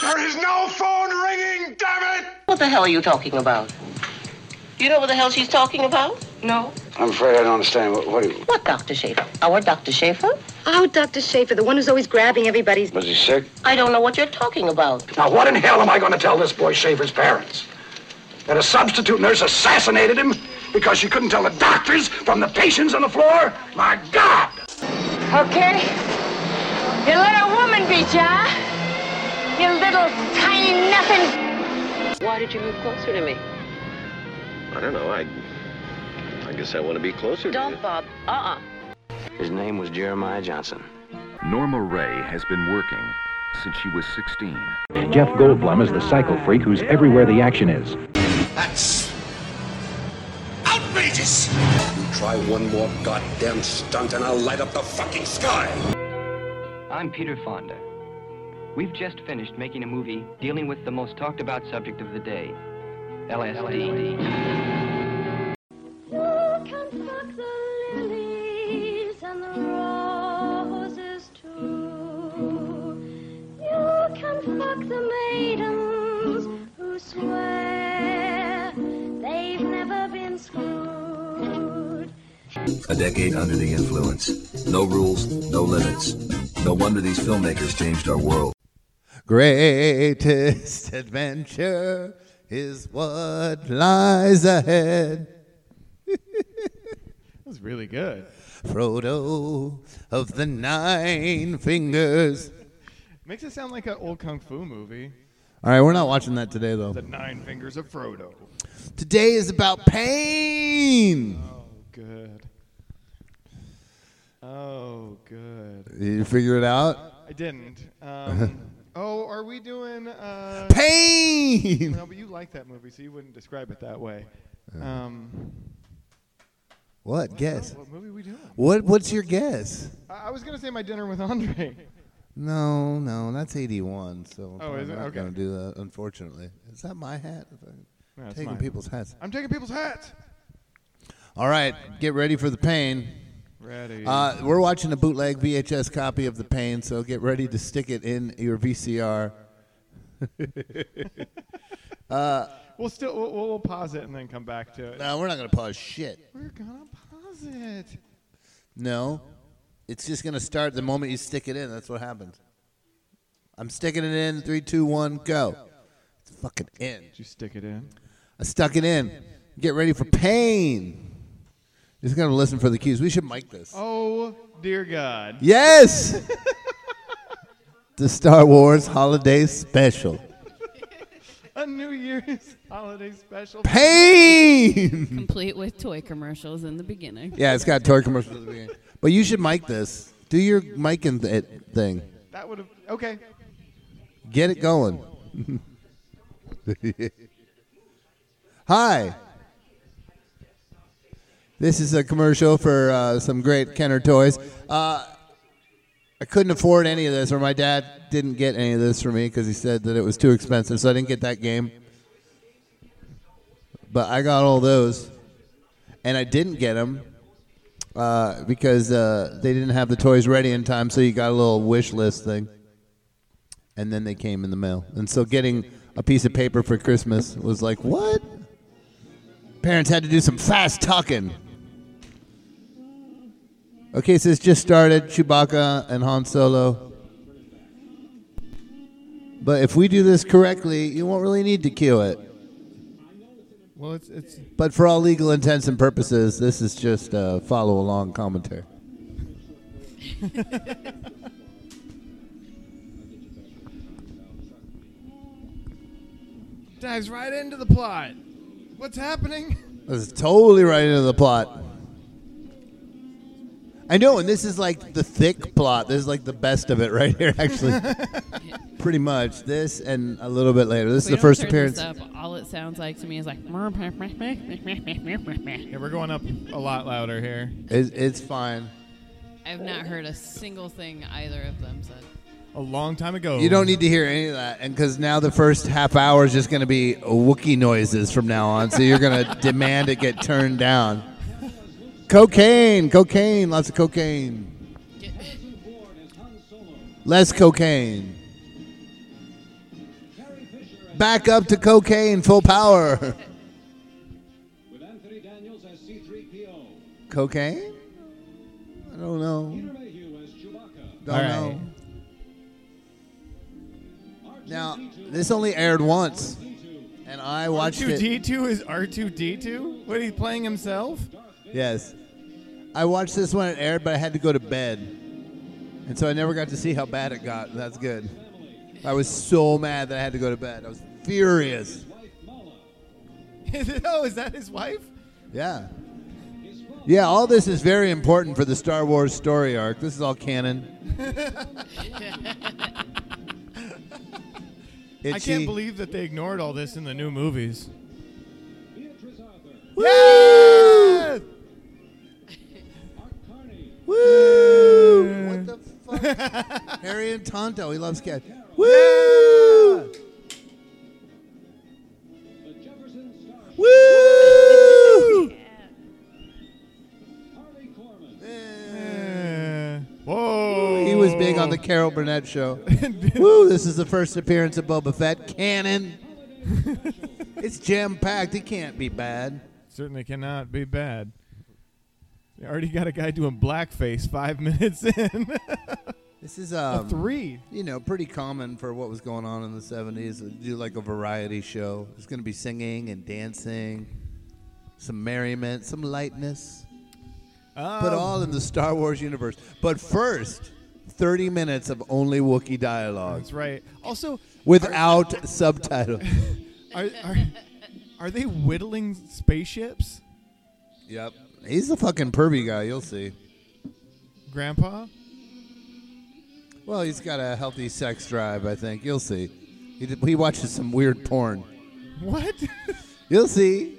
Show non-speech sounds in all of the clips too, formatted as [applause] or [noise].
There is no phone ringing, damn it! What the hell are you talking about? You know what the hell she's talking about? No. I'm afraid I don't understand. What, what he- What Dr. Schaefer? Our Dr. Schaefer? Oh, Dr. Schaefer, the one who's always grabbing everybody's. was he sick? I don't know what you're talking about. Now, what in hell am I going to tell this boy Shaver's parents? That a substitute nurse assassinated him because she couldn't tell the doctors from the patients on the floor? My God! Okay? You little woman beat ya, huh? You little tiny nothing. Why did you move closer to me? I don't know. I, I guess I want to be closer to you. Bob. Uh-uh. His name was Jeremiah Johnson. Norma Ray has been working since she was 16. Jeff Goldblum is the psycho freak who's everywhere the action is. That's outrageous! You try one more goddamn stunt and I'll light up the fucking sky! I'm Peter Fonda. We've just finished making a movie dealing with the most talked about subject of the day LSD. Who can pluck the lilies and the roses too? You can pluck the maidens who swear they've never been screwed. A decade under the influence. No rules, no limits. No wonder these filmmakers changed our world. Greatest adventure is what lies ahead. That's really good. Frodo of the Nine Fingers. Makes it sound like an old kung fu movie. All right, we're not watching that today, though. The Nine Fingers of Frodo. Today is about pain. Oh, good. Oh, good. Did you figure it out? I [laughs] didn't. Um, oh, are we doing? Uh, Pain! No, but you like that movie, so you wouldn't describe it that way. Um, What? Guess. what movie are we doing? What? What's your guess? I, I was gonna say my dinner with Andre. [laughs] No, no, that's 81, so Oh, is I'm it? not Okay. going to do that, unfortunately. Is that my hat? If I'm No, it's Taking mine. people's hats. I'm taking people's hats. All right, get ready for the pain. Ready. [laughs] Uh, we're watching a bootleg VHS copy of The Pain, so get ready to stick it in your VCR. we'll still we'll, we'll pause it and then come back to it. No, we're not going to pause shit. We're gonna pause it. No, it's just going to start the moment you stick it in. That's what happens. I'm sticking it in. Three, two, one, go. It's fucking in. Did you stick it in? I stuck it in. Get ready for pain. Just got to listen for the cues. We should mic this. Oh dear God. Yes! the Star Wars Holiday Special. A New Year's [laughs] holiday special. Pain! [laughs] Complete with toy commercials in the beginning. yeah, it's got toy commercials at the beginning. But you should mic this. Do your mic and th- it thing. That would have okay. Get it going. [laughs] Hi. This is a commercial for uh, some great Kenner toys. Uh, I couldn't afford any of this, or my dad didn't get any of this for me because he said that it was too expensive, so I didn't get that game. But I got all those, and I didn't get them uh, because uh, they didn't have the toys ready in time, so you got a little wish list thing and then they came in the mail. And so getting a piece of paper for Christmas was like, what? Parents had to do some fast talking. Okay, so it's just started Chewbacca and Han Solo. But if we do this correctly, you won't really need to cue it. Well, it's it's But for all legal intents and purposes, this is just a follow along commentary. dives right into the plot. What's happening? This is totally right into the plot. I know, and this is like the thick plot. This is like the best of it right here, [laughs] [laughs] actually. Pretty much. This and a little bit later. This is If we the don't first turn appearance. This up, all it sounds like to me is like. Yeah, we're going up a lot louder here. It's, it's fine. I've not heard a single thing either of them said. A long time ago. You don't need to hear any of that, and because now the first half hour is just going to be Wookie noises from now on. So you're going [laughs] to demand it get turned down. Cocaine, cocaine, lots of cocaine. Less cocaine. back up to cocaine full power. Cocaine? I don't know. Don't All right. know. Now, this only aired once, and I watched it. R2D2 is R2D2? What, he's playing himself? [laughs] Yes. I watched this when it aired, but I had to go to bed. And so I never got to see how bad it got. That's good. I was so mad that I had to go to bed. I was furious. Is it- oh, is that his wife? Yeah. Yeah, all this is very important for the Star Wars story arc. This is all [laughs] canon. I Itchy. can't believe that they ignored all this in the new movies. Woo! Woo! What the [laughs] fuck? Harry and Tonto, he loves cats. Woo! Woo! Mm. Whoa! [laughs] He was big on the Carol Burnett show. [laughs] Woo! This is the first appearance of Boba Fett. Canon. it's jam packed. It can't be bad. Certainly cannot be bad. They already got a guy doing blackface five minutes in. [laughs] This is um, three. You know, pretty common for what was going on in the seventies. Do like a variety show. There's going to be singing and dancing, some merriment, some lightness, but Um, all in the Star Wars universe. But first, thirty minutes of only Wookiee dialogue That's right. Also, without subtitles. are, are, are they whittling spaceships? Yep. He's a fucking pervy guy. You'll see. Grandpa? Well, he's got a healthy sex drive. I think you'll see. He, did, he watches some weird porn. What? [laughs] You'll see.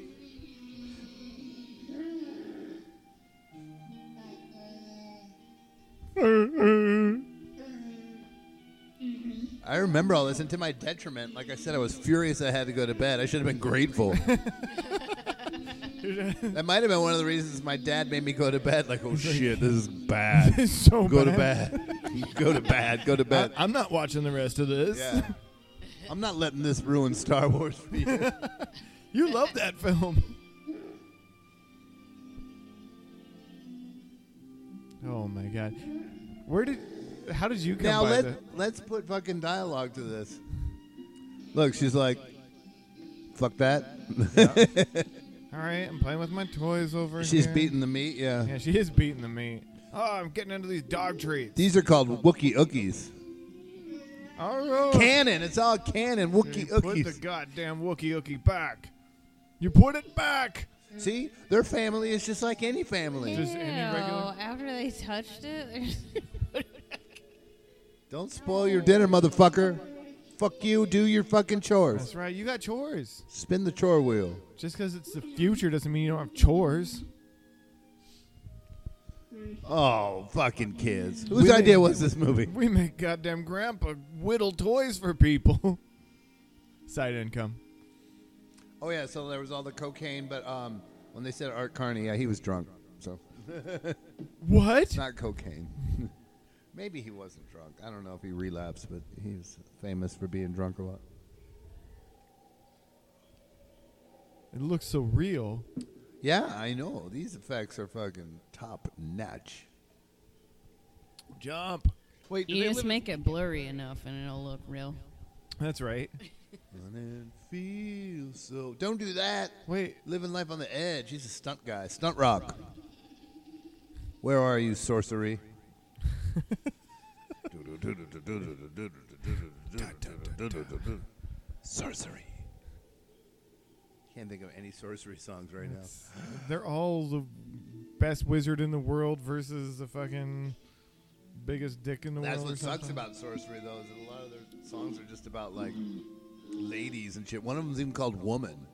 I remember all this, and to my detriment, like I said, I was furious I had to go to bed. I should have been [laughs] grateful. that might have been one of the reasons my dad made me go to bed. Like, oh shit, this is bad. [laughs] This is so go bad. to bed. [laughs] go to bed. Go to bed. I, am not watching the rest of this. Yeah. [laughs] I'm not letting this ruin Star Wars for [laughs] you. [laughs] you love that film. Oh my god. Where did how did you come now by let that? let's put fucking dialogue to this. Look, she's like, "Fuck that." All right, I'm playing with my toys over here. [laughs] she's beating the meat. Yeah. Yeah, she is beating the meat. Oh, I'm getting into these dog treats. These are called Wookie Ookies. Oh, Cannon. It's all cannon. Wookie You Put the Ookies. goddamn Wookie Ookie back. You put it back. See, their family is just like any family. Ew, after they touched it, there's- Don't spoil your dinner, motherfucker. Fuck you. Do your fucking That's chores. right. You got chores. Spin the chore wheel. Just because it's the future doesn't mean you don't have chores. Oh, fucking kids. Whose We idea make- was this movie? We make goddamn grandpa whittle toys for people. [laughs] Side income. Oh yeah, so there was all the cocaine, but um, when they said Art Carney, yeah, he was drunk. So what? Not cocaine. [laughs] Maybe he wasn't drunk. I don't know if he relapsed, but he's famous for being drunk a lot. It looks so real. Yeah, I know. These effects are fucking top notch. Jump. Wait, do you they just live in- make it blurry enough and it'll look real. That's right. And feel so. Don't do that. Wait, living life on the edge. He's a stunt guy. Stunt rock. Where are you, sorcery? Sorcery. Can't think of any sorcery songs right now. They're all the best wizard in the world versus the fucking biggest dick in the That's world. what or sucks something. about sorcery, though, is that a lot of their songs are just about like ladies and shit. One of them's even called "Woman,"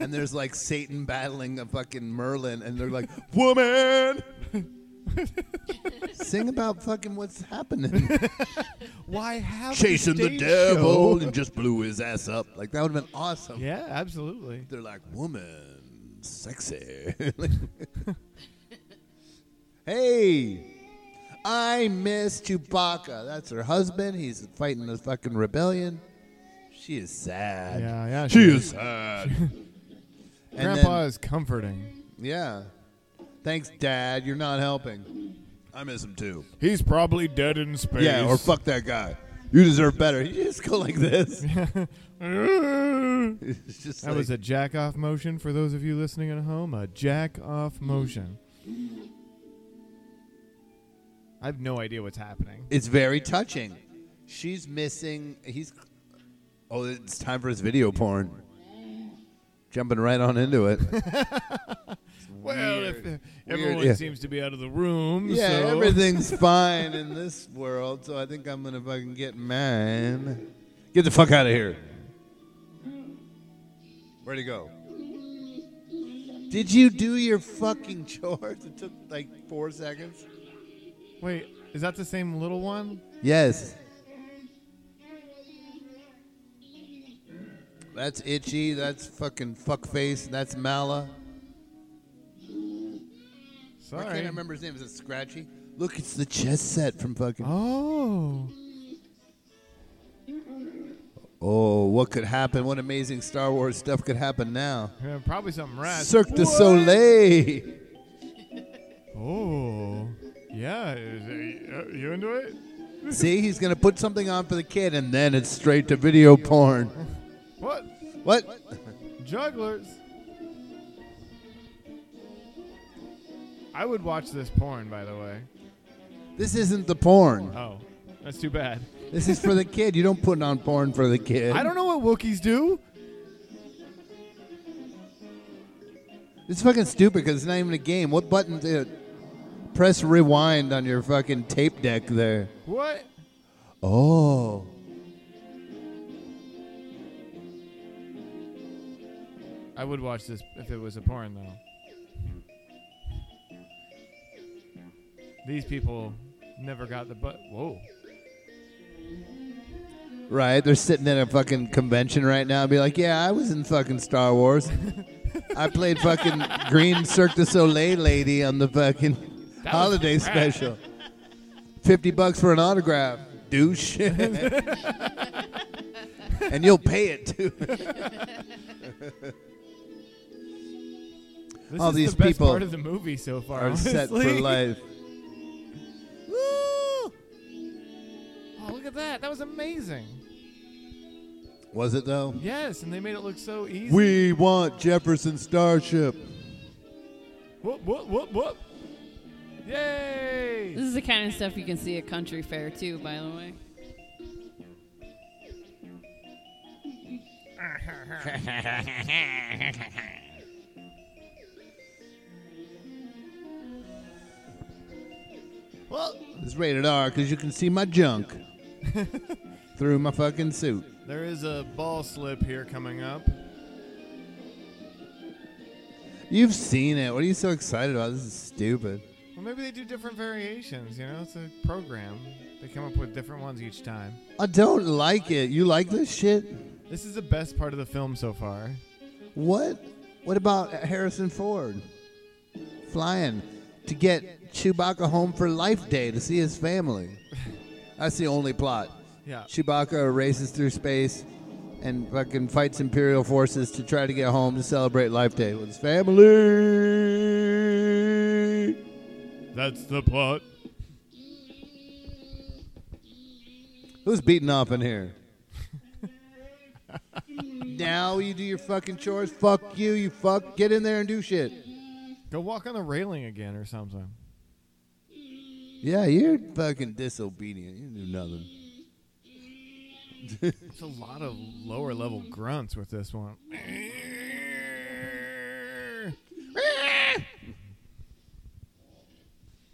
and there's [laughs] like Satan battling a fucking Merlin, and they're like, [laughs] "Woman." Sing about fucking what's [laughs] happening. Why have Chasing the stage devil show? and just blew his ass up. Like that would have been awesome. Yeah, absolutely. They're like, woman, sexy. [laughs] hey, I miss Chewbacca. That's her husband. He's fighting the fucking rebellion. She is sad. Yeah, yeah. She, is sad. And Grandpa then- is comforting. Yeah. Thanks, Dad. You're not helping. I miss him too. He's probably dead in space. Yeah, or fuck that guy. You deserve better. You just go like [laughs] this. it's just [laughs] that like- was a jack off motion for those of you listening at home. A jack off motion. I have no idea what's happening. It's very touching. She's missing. He's. Oh, it's time for his video porn. Jumping right on into it. [laughs] Well, if, Weird. everyone yeah. seems to be out of the room, yeah, so- everything's fine in this world, so I think I'm gonna fucking get mine. Get the fuck out of here. Where'd he go? Did you do your fucking [laughs] chores? It took like four seconds. Wait, is that the same little one? Yes. That's itchy. That's fucking fuckface. That's Mala. I Sorry. can't I remember his name. Is it Scratchy? Look, it's the chess set from fucking. Oh. Oh, what could happen? What amazing Star Wars stuff could happen now? Yeah, probably something rad. Cirque du What? Soleil. Oh. Yeah. is it- uh, you into it? See, he's gonna put something on for the kid, and then it's straight to video porn. What? What? Jugglers. I would watch this porn, by the way. This isn't the porn. Oh, that's too bad. This is for the kid. You don't put on porn for the kid. I don't know what Wookiees do. It's fucking stupid because it's not even a game. What button? To press rewind on your fucking tape deck there. What? Oh. I would watch this if it was a porn, though. These people never got the butt. Whoa. Right, they're sitting at a fucking convention right now and be like, yeah, I was in fucking Star [laughs] Wars. I played fucking Green Cirque du Soleil lady on the fucking That was holiday rad. special. 50 bucks for an autograph, [laughs] douche. and you'll pay it [laughs] too. This All is these the best people part of the movie so far. are set for honestly. life. [laughs] Oh, look at that. That was amazing. Was it though? Yes, and they made it look so easy. We want Jefferson Starship. Whoop, whoop, whoop, whoop. Yay! This is the kind of stuff you can see at country fair too, by the way. Well, It's rated R because you can see my junk through my fucking suit. there is a ball slip here coming up. You've seen it. What are you so excited about? This is stupid. Well, maybe they do different variations, you know? It's a program. They come up with different ones each time. I don't like it. You like this shit? This is the best part of the film so far. What? What about Harrison Ford flying to get Chewbacca home for Life Day to see his family? That's the only plot. Yeah. Chewbacca races through space and fucking fights Imperial forces to try to get home to celebrate Life Day with his family. That's the plot. Who's beating up in here? now you do your fucking chores. Fuck you, you fuck. Get in there and do shit. Go walk on the railing again or something. Yeah, you're fucking disobedient. You do nothing. It's a lot of lower level grunts with this [laughs] one.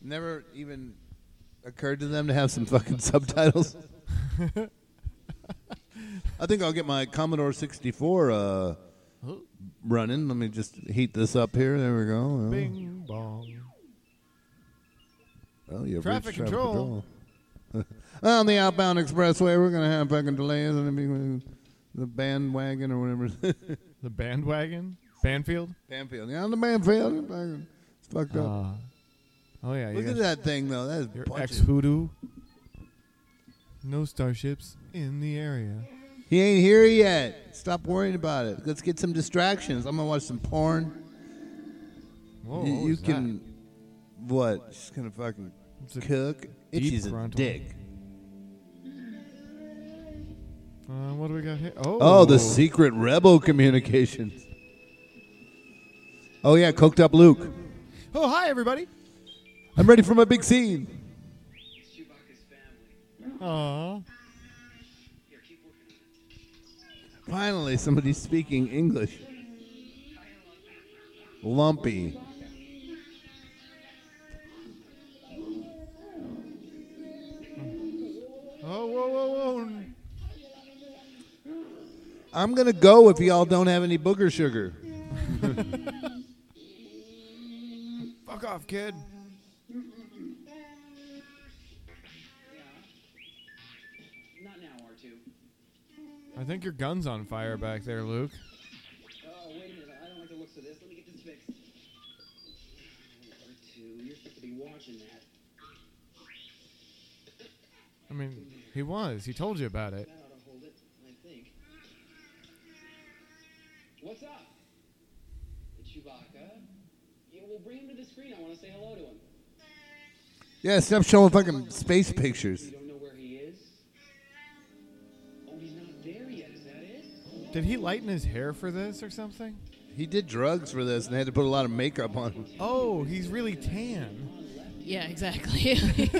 Never even occurred to them to have some fucking [laughs] subtitles. I think I'll get my Commodore 64 uh, running. Let me just heat this up here. There we go. Bing bong. Well, you've Traffic reached control. control. [laughs] On the outbound expressway, we're going to have fucking delays and everything. the bandwagon or whatever. [laughs] The bandwagon? Banfield? Banfield. Yeah, on the Banfield. fucking- It's fucked up. Uh, oh, yeah. you Look at guys- that thing, though. That is Your bunch ex of- hoodoo. No starships in the area. He ain't here yet. Stop worrying about it. Let's get some distractions. I'm gonna watch some porn. Whoa, you Oh, what you was that? can. What? She's gonna fucking cook. deep Itchy's a frontal. dick. Uh, what do we got here? Oh, Oh, the secret rebel communications. Oh yeah, coked up Luke. Oh, hi everybody. I'm ready for my big scene. Aw. Finally, somebody's speaking English. Lumpy. Oh, whoa, whoa, whoa. I'm gonna go if y'all don't have any booger sugar. [laughs] Fuck off, kid. Not now, R2. I think your gun's on fire back there, Luke. Oh, wait a minute. I don't like the looks of this. Let me get this fixed. R2, you're supposed to be watching that. I mean, he was. He told you about it. That ought to hold it, I think. What's up? It's Chewbacca. Yeah, we'll bring him to the screen. I want to say hello to him. Yeah, stop showing fucking space pictures. You don't know where he is? Oh, he's not there yet. Is that it? Did he lighten his hair for this or something? He did drugs for this and they had to put a lot of makeup on him. Oh, he's really tan. [laughs] Yeah, exactly.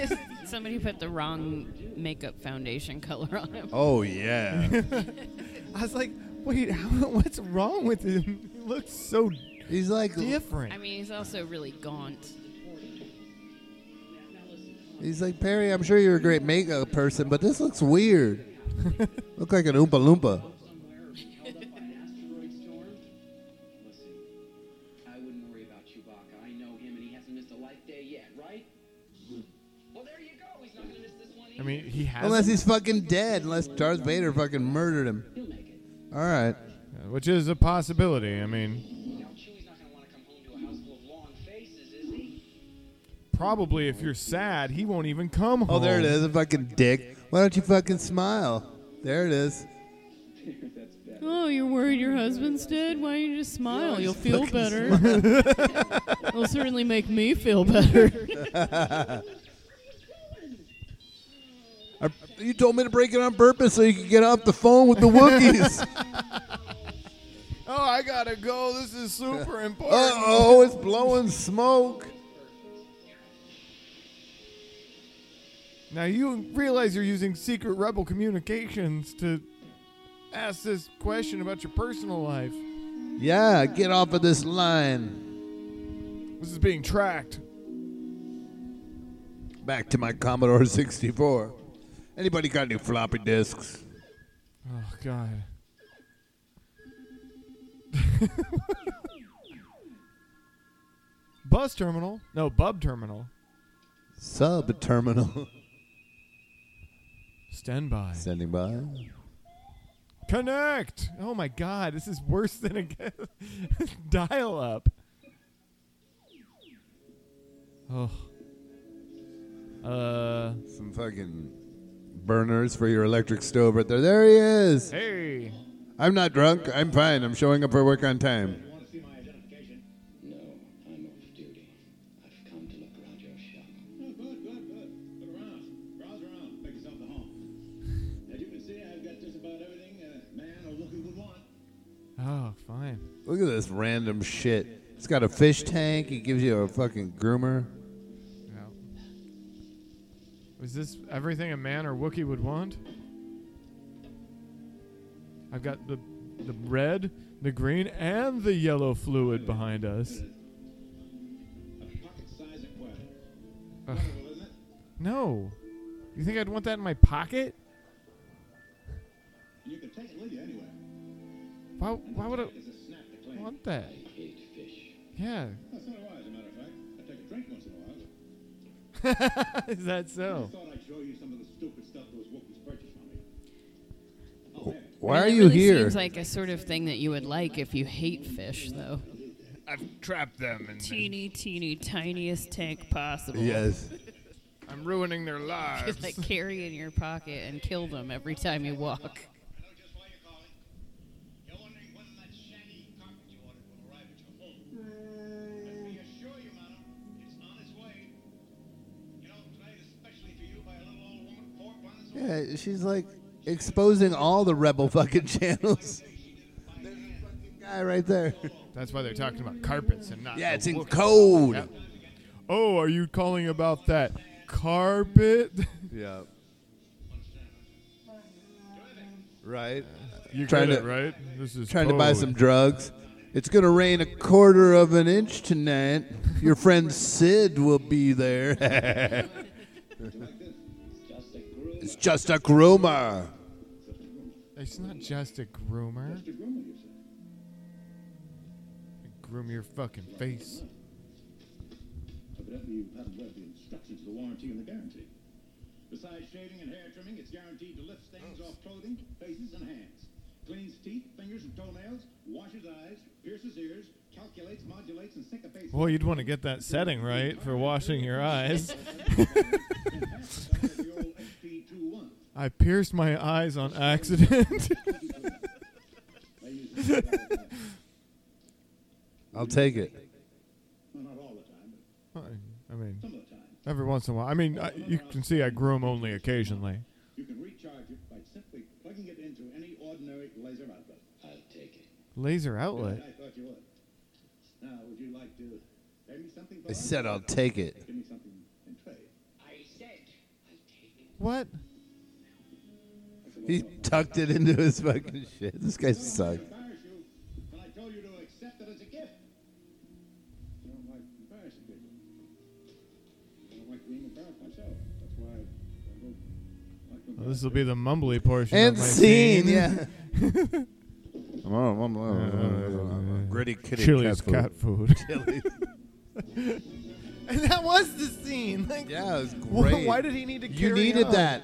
[laughs] Somebody put the wrong makeup foundation color on him. Oh yeah. I was like, wait, [laughs] how, what's wrong with him? He looks so [laughs] he's like different. I mean, he's also really gaunt. He's like Perry. I'm sure you're a great makeup person, but this looks weird. Look like an oompa loompa. Listen, I wouldn't worry about Chewbacca. I know him, and he hasn't missed a life day yet, right? Well, there you go. He's not going to miss this one. I mean, he has. Unless he's fucking dead. Unless Darth Vader fucking murdered him. All right. Which is a possibility. I mean, probably if you're sad, he won't even come home. Oh, there it is. A fucking dick. Why don't you fucking smile? There it is. Oh, you're worried your husband's dead? Why don't you just smile? You'll feel fucking better. It'll certainly make me [laughs] feel better. Are- you told me to break it on purpose so you could get off the phone with the [laughs] Wookiees. Oh, I gotta go. This [laughs] is super important. uh oh, it's blowing smoke. Now you realize you're using secret rebel communications to ask this question about your personal life. Yeah, get off of this line. This is being tracked. Back to my Commodore 64. Anybody got any floppy disks? Oh God. [laughs] Bus terminal? No, bub terminal. Sub terminal. [laughs] Stand by. Standing by. Connect. Oh my God, this is worse than a [laughs] g- dial up. Oh. Uh. Some fucking burners for your electric stove right there. There he is. Hey. I'm not drunk. I'm fine. I'm showing up for work on time. Oh, fine. Look at this random shit. It's got a fish tank. He gives you a fucking groomer. Yeah. Is this everything a man or Wookiee would want? I've got the the red, the green, and the yellow fluid behind us. Ugh. No. You think I'd want that in my pocket? You can take it with you anywhere. Why, why would I want that? Hate fish. Yeah. [laughs] That's not why, as a matter of fact. I take a drink once in a while. Is that I so? thought I'd show you some of the stupid stuff those Wookiees purchased from me. Why I are mean, it you really here? Seems like a sort of thing that you would like if you hate fish, though. I've trapped them and Teeny, teeny, tiniest tank possible. [laughs] Yes. I'm ruining their You could, lives. like carry in your pocket and kill them every time you walk. Yeah, she's like exposing all the rebel fucking [laughs] channels. Guy right there. [laughs] That's why they're talking about carpets and not. Yeah, the it's in Wookiees. code. Yep. Oh, are you calling about that carpet? [laughs] Yeah. Right. You trying to get it, right? This is trying to buy code. some drugs. It's gonna rain a quarter of an inch tonight. Your friend Sid will be there. [laughs] it's just a [laughs] groomer. It's not just a groomer. Just a groomer, you said. Groom your fucking face. Evidently, you haven't read the instructions, the warranty, and the guarantee. Besides shaving and hair trimming, it's guaranteed to lift stains off clothing, faces, and hands. Cleans teeth, fingers, and toenails, washes eyes, pierces ears, calculates, modulates, and syncopates. Well, you'd want to get that setting right for washing [laughs] your eyes. [laughs] I pierced my eyes on accident. [laughs] I'll take it. Well, not all the time, but I mean, every once in a while. I mean, I, you can see I groom only occasionally. you can recharge it by simply plugging it into any ordinary laser outlet. I'll take it. Laser outlet. I thought you would. Now, would you like to pay me something? I said I'll take it. Give me something in trade. I said. What? He tucked it into his fucking shit. This guy sucks. Embarrass you when I told you to accept it as a gift. I don't like embarrassing people. I don't like being embarrassed myself. That's why I don't like to this will be the mumbly portion. And of my scene, scene, yeah. Gritty kitty [laughs] [laughs] Chili's cat cat food. food. and that was the scene. Like, yeah, it was great. why did he need to You carry needed on? that.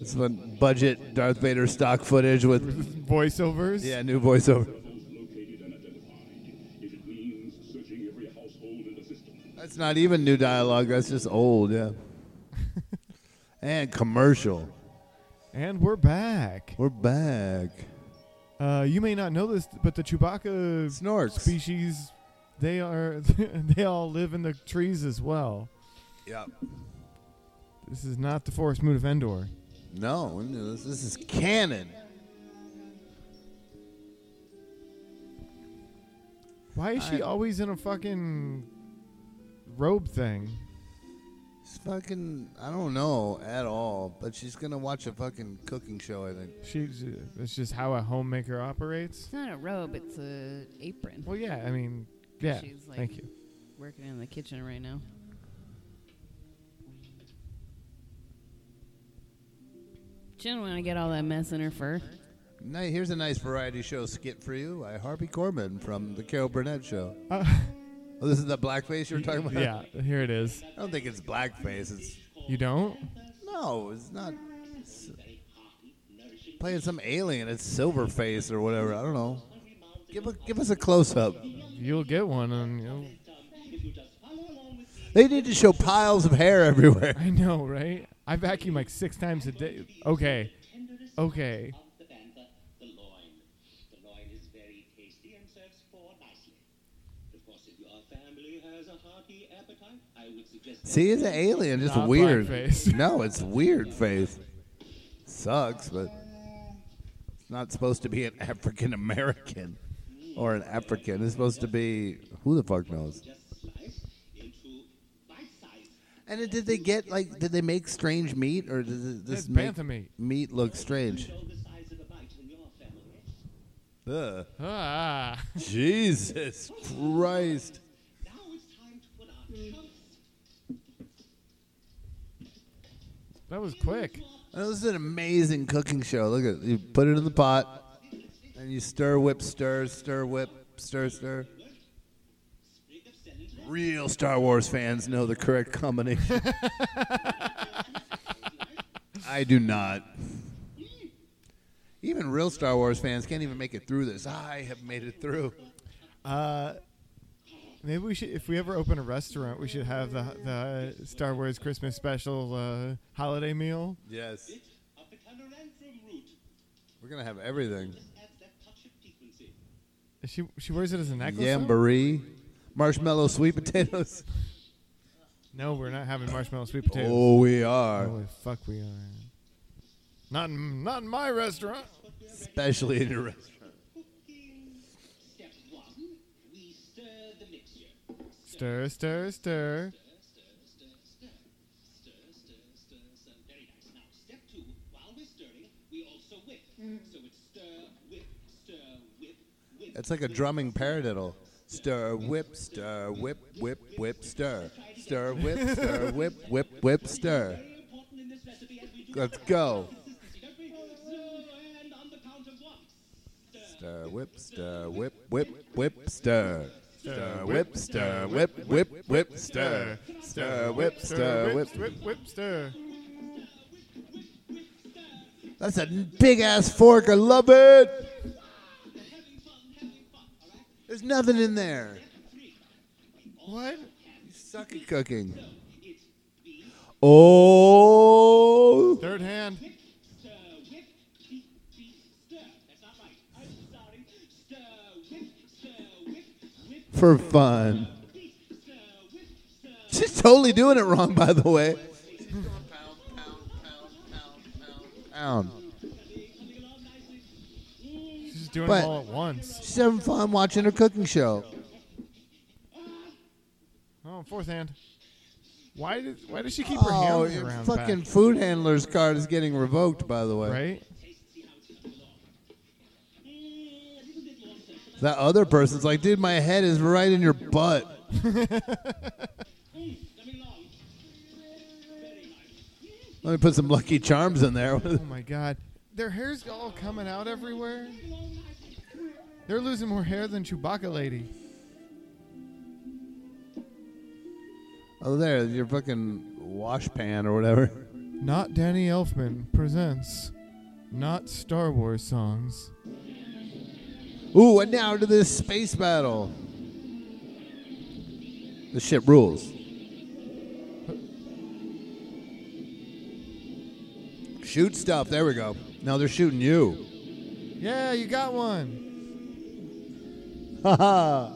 It's when budget Darth Vader stock footage with [laughs] voiceovers. Yeah, new voiceover. That's not even new dialogue. That's just old. [laughs] Yeah. and commercial. And we're back. We're back. Uh, you may not know this, but the Chewbacca species, they are [laughs] they all live in the trees as well. Yep. This is not the forest moon of Endor. No, no, this, this is canon. Why is she I- always in a fucking robe thing? It's fucking. I don't know at all, but she's gonna watch a fucking cooking show. I think. She's. That's just how a homemaker operates. It's not a robe, it's a apron. Well, yeah, I mean, yeah, She's [laughs] like thank you. Working in the kitchen right now. She didn't want to get all that mess in her fur. Now, here's a nice variety show skit for you by Harvey Korman from the Carol Burnett Show. oh, this is the blackface you were talking about. Uh, Yeah, here it is. I don't think it's blackface. It's You don't? no, it's not. it's playing some alien. It's Silverface or whatever. I don't know. Give a, give us a close up. You'll get one, and you'll. They need to show piles of hair [laughs] everywhere. I know, right? I vacuum like six times a day. Okay, okay. See, it's an alien, just Not weird. blackface. [laughs] No, it's weird face. Sucks, but it's not supposed to be an African American or an African. It's supposed to be who the fuck knows. And it- did they get like? Did they make strange meat, or did th- this It's make bantha meat. meat look strange? Ugh. Ah. [laughs] Jesus Christ! That was quick. That was an amazing cooking show. Look at you put it in the pot, and you stir, whip, stir, stir, whip, stir, stir. Real Star Wars fans know the correct combination. [laughs] I do not. Even real Star Wars fans can't even make it through this. I have made it through. Uh, maybe we should, if we ever open a restaurant, we should have the the Star Wars Christmas special uh, holiday meal. Yes. We're gonna have everything. She she wears it as a necklace. now? Yamboree, marshmallow, sweet potatoes. No, we're not having marshmallow sweet potatoes. Oh, we are. Holy fuck, we are. Not in, not in my restaurant. Especially in a restaurant. Step one, we stir the mixture. Stir, stir, Very stir. nice. Now, step two, while we're stirring, we also whip. So it's stir, whip, stir, whip, whip. It's like a drumming paradiddle. Stir, whip, stir, whip, whip, whip, stir. Stir, whip, stir, whip, whip, whip, stir. Let's go. Stir, whip, stir, whip, whip, whip, stir. Stir, whip, stir, whip, whip, whip, stir. Stir, whip, stir, whip. whip, whip, stir. That's a big ass fork. I love it. There's nothing in there. What? You suck at cooking. Oh. Third hand. For fun. She's totally doing it wrong, by the way. Pound. She's doing But- them all at once. She's having fun watching her cooking show. Oh, fourth hand. Why did Why does she keep her Oh, hand your around? fucking back? food handler's card is getting revoked, by the way. [laughs] Right? That other person's like, dude, my head is right in your butt. Let me put some Lucky Charms in there. [laughs] Oh my god, their hair's all coming out everywhere. They're losing more hair than Chewbacca lady. oh, there, your fucking wash pan or whatever. Not Danny Elfman presents not Star Wars songs. Ooh, and now to this space battle. This shit rules. Shoot stuff. There we go. Now they're shooting you. Yeah, you got one. Haha.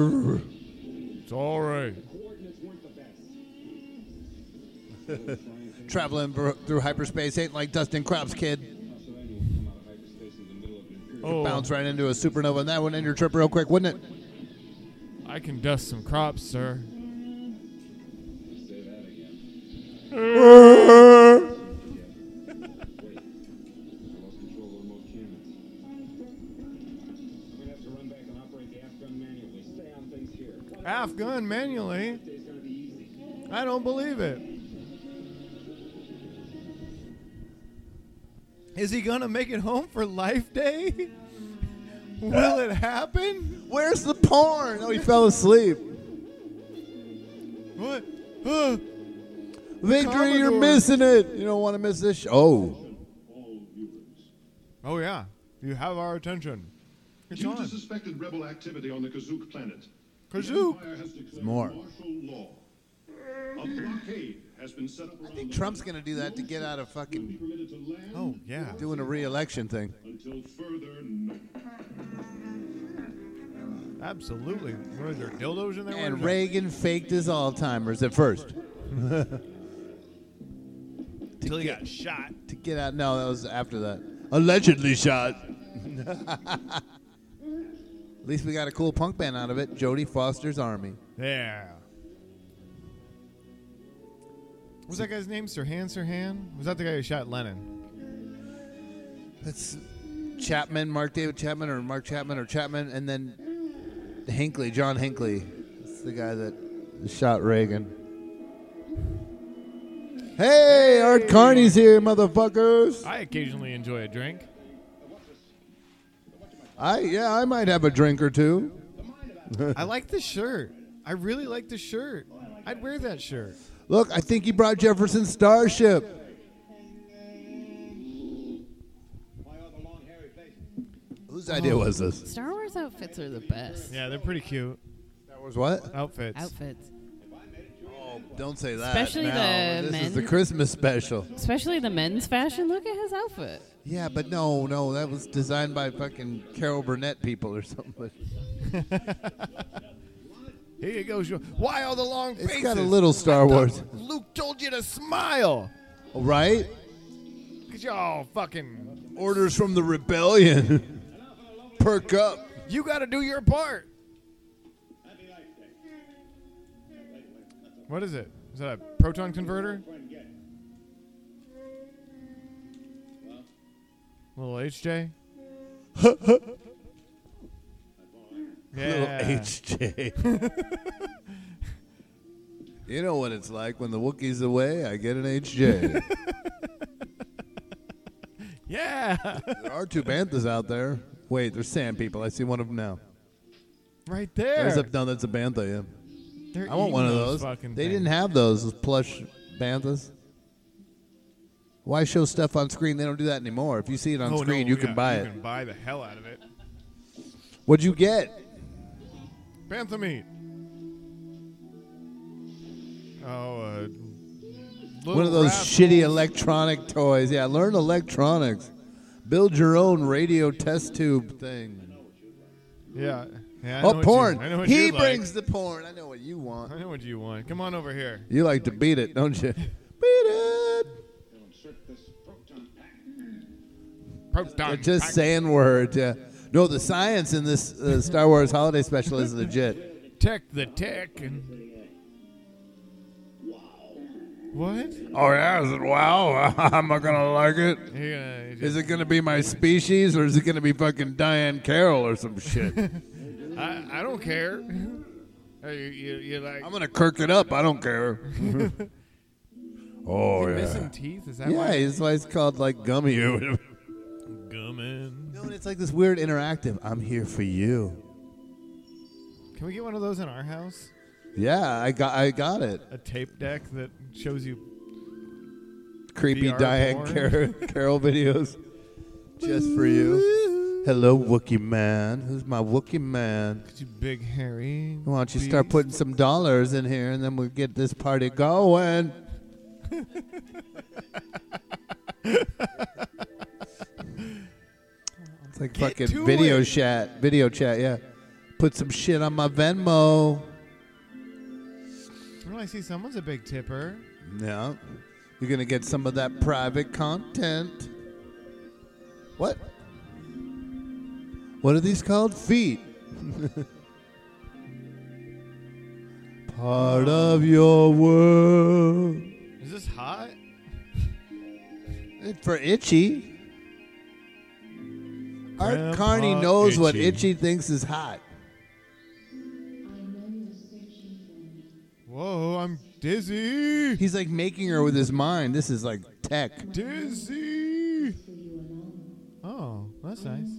It's all right. Traveling ver- through hyperspace ain't like dusting crops, kid. Oh. Bounce right into a supernova, and that would end your trip real quick, wouldn't it? I can dust some crops, sir. Half gun manually. I don't believe it. Is he gonna make it home for Life Day? [laughs] Will it happen? Where's the porn? Oh, he fell asleep. What? Huh? Victory, you're Commodore. missing it. You don't want to miss this. Sh- oh, Oh yeah, you have our attention. It's Due to on. suspected rebel activity on the Kazook planet, Kazook. the Empire has declared more. martial law. A blockade has been set up around I think Trump's gonna do that to get out of fucking permitted to land Oh yeah. doing a re-election thing. until further notice. Absolutely. What are there dildos in there? What And is Reagan faked his Alzheimer's at first that? Until he got shot. to get out. No, that was after that. Allegedly shot. at least we got a cool punk band out of it. Jodie Foster's Army. Yeah. What's that guy's name? Sirhan Sirhan? Was that the guy who shot Lennon? That's Chapman, Mark David Chapman, or Mark Chapman, or Chapman, and then Hinckley, John Hinckley. That's the guy that shot Reagan. Hey, Art Carney's here, motherfuckers. I occasionally enjoy a drink. I yeah, I might have a drink or two. I like this shirt. I really like this shirt. I'd wear that shirt. Look, I think he brought Jefferson's Starship. Whose idea was this? Star Wars outfits are the best. Yeah, they're pretty cute. That was what? Outfits. Outfits. Don't say that. Especially now. this the is men. the Christmas special. Especially the men's fashion. Look at his outfit. Yeah, but no, no, that was designed by fucking Carol Burnett people or something. Here you go. Joe. Why all the long faces? got a little Star Wars. Luke told you to smile. Right? Because you're all fucking. Orders from the rebellion. Perk up. [laughs] You got to do your part. What is it? Is that a proton converter? [laughs] Little HJ? Little HJ. you know what it's like when the Wookiee's away, I get an HJ. yeah. [laughs] there are two banthas out there. Wait, there's sand people. I see one of them now. Right there. There's a, no, that's a bantha, yeah. They're I want one of eating those. fucking they things. didn't have those, those plush banthas. Why show stuff on screen? They don't do that anymore. If you see it on Oh, no, screen, you yeah, can buy you it. can buy the hell out of it. What'd you get? Bantha meat. Oh, uh, One little of those rasp- shitty electronic toys. Yeah, learn electronics. Build your own radio test tube thing. Yeah. yeah I Oh, know what porn. You, I know what He you like. brings the porn. I know what you want. I know what you want. Come on over here. You like to beat it, don't [laughs] you? Proton. Just saying words. Yeah. No, the science in this uh, Star Wars holiday special is legit. Tech the tech and. What? Oh yeah, is it wow? [laughs] Am I gonna like it? uh, Yeah, Is it gonna be my species or is it gonna be fucking Diane Carroll or some [laughs] shit? I, I don't care. [laughs] Are you, you, you like, I'm gonna Kirk it up. I don't [laughs] care. oh yeah. Is it missing teeth? Is that yeah, why? it's why it's called like gummy. or whatever. Gumming. [laughs] No, and it's like this weird interactive. I'm here for you. Can we get one of those in our house? Yeah, I got I got it. A tape deck that shows you. Creepy VR Diane porn. Carroll, [laughs] Carroll videos, just for you. Hello, Wookie man. Who's my Wookie man? You big hairy. Why don't you start putting some dollars in here, and then we'll get this party going. It's like Get fucking to video it. chat, video chat. Yeah, put some shit on my Venmo. Well, I see someone's a big tipper. Yeah, you're gonna get some of that private content. What? What are these called? Feet. [laughs] Part of your world. Is this hot? For Itchy. Art Grandpa Carney knows what Itchy. Itchy thinks is hot. Whoa, I'm dizzy. He's like making her with his mind. This is like tech. Dizzy. Oh, that's nice.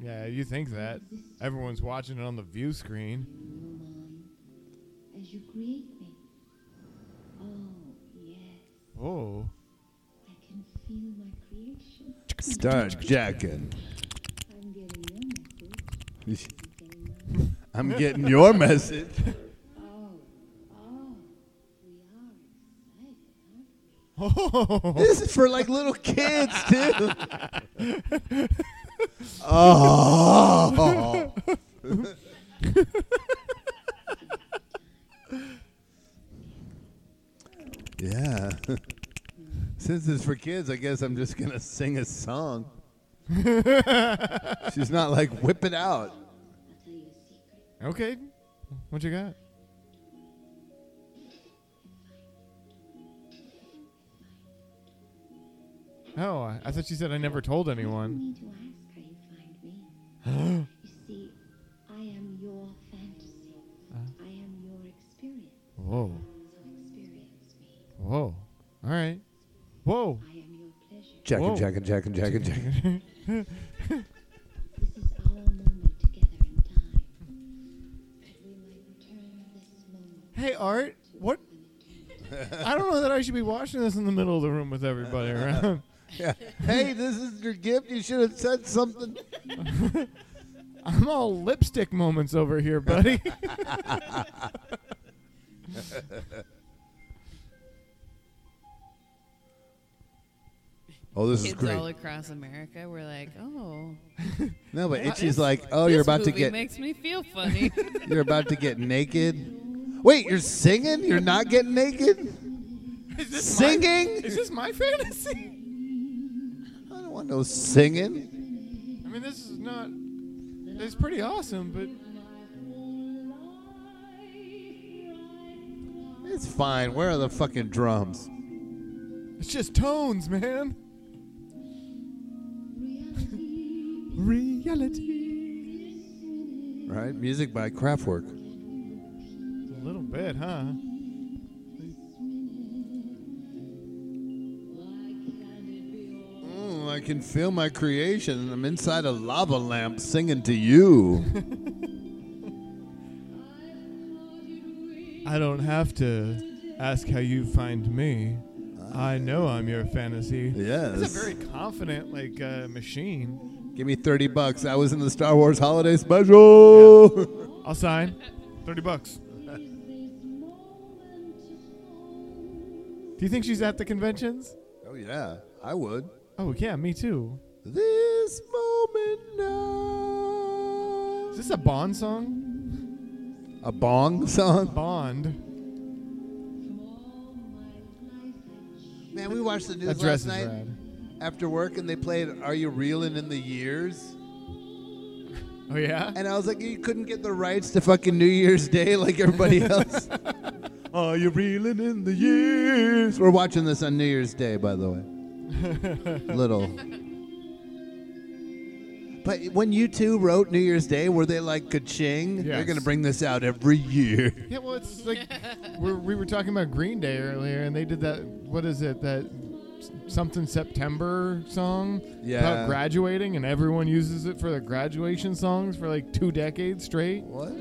Yeah, you think that. Everyone's watching it on the view screen. As you greet me, Oh. [laughs] I can feel my creation. Start jacking. I'm getting your message. I'm getting your message. Oh, oh, we are excited, aren't Oh. This is for like little kids too. [laughs] Oh. yeah. Since it's for kids, I guess I'm just gonna sing a [laughs] song. She's not like whip it out. Okay. What you got? Oh, I, I thought she said I never told anyone. You need to ask how you find me. You see, I am your fantasy. I am your experience. Whoa. So experience me. Whoa. All right. Whoa. [laughs] I am your pleasure. Jackin', jackin', jackin', jackin', jackin'. This is our moment together in time. But we might return this moment. Hey, Art. What? I don't know that I should be watching this in the middle of the room with everybody around. [laughs] yeah. Hey, this is your gift. You should have said something. I'm all lipstick moments over here, buddy. Oh, this Kids is great. all across America were like, oh. No, but What? Itchy's like, oh, you're This about to movie get- makes me feel funny. [laughs] [laughs] You're about to get naked. Wait, you're singing? You're not getting [laughs] naked? Singing? [laughs] is this my fantasy? I don't want no singing. I mean, this is not. It's pretty awesome, but It's fine. Where are the fucking drums? it's just tones, man. Reality. Right? Music by Kraftwerk. A little bit, huh? Oh, I can feel my creation. I'm inside a lava lamp singing to you. [laughs] I don't have to ask how you find me. I know I'm your fantasy. Yes. It's a very confident like uh, machine. Give me 30 bucks. I was in the Star Wars holiday special. I'll sign. Thirty bucks. Do you think she's at the conventions? [laughs] Oh yeah, I would. Oh yeah, me too. This moment now. Is this a Bond song? A bong song? Bond. Man, we watched the That news dress last night is rad. after work and they played Are You Reeling in the Years? Oh yeah. And I was like, you couldn't get the rights to fucking New Year's Day [laughs] like everybody else. [laughs] Are you reeling in the years? We're watching this on New Year's Day, by the [laughs] way. Little. But when you two wrote New Year's Day, were they like ka-ching? They're Yes. going to bring this out every year. Yeah, well, it's like we're, we were talking about Green Day earlier, and they did that. What is it? That s- something September song Yeah. about graduating, and everyone uses it for their graduation songs for like two decades straight. What?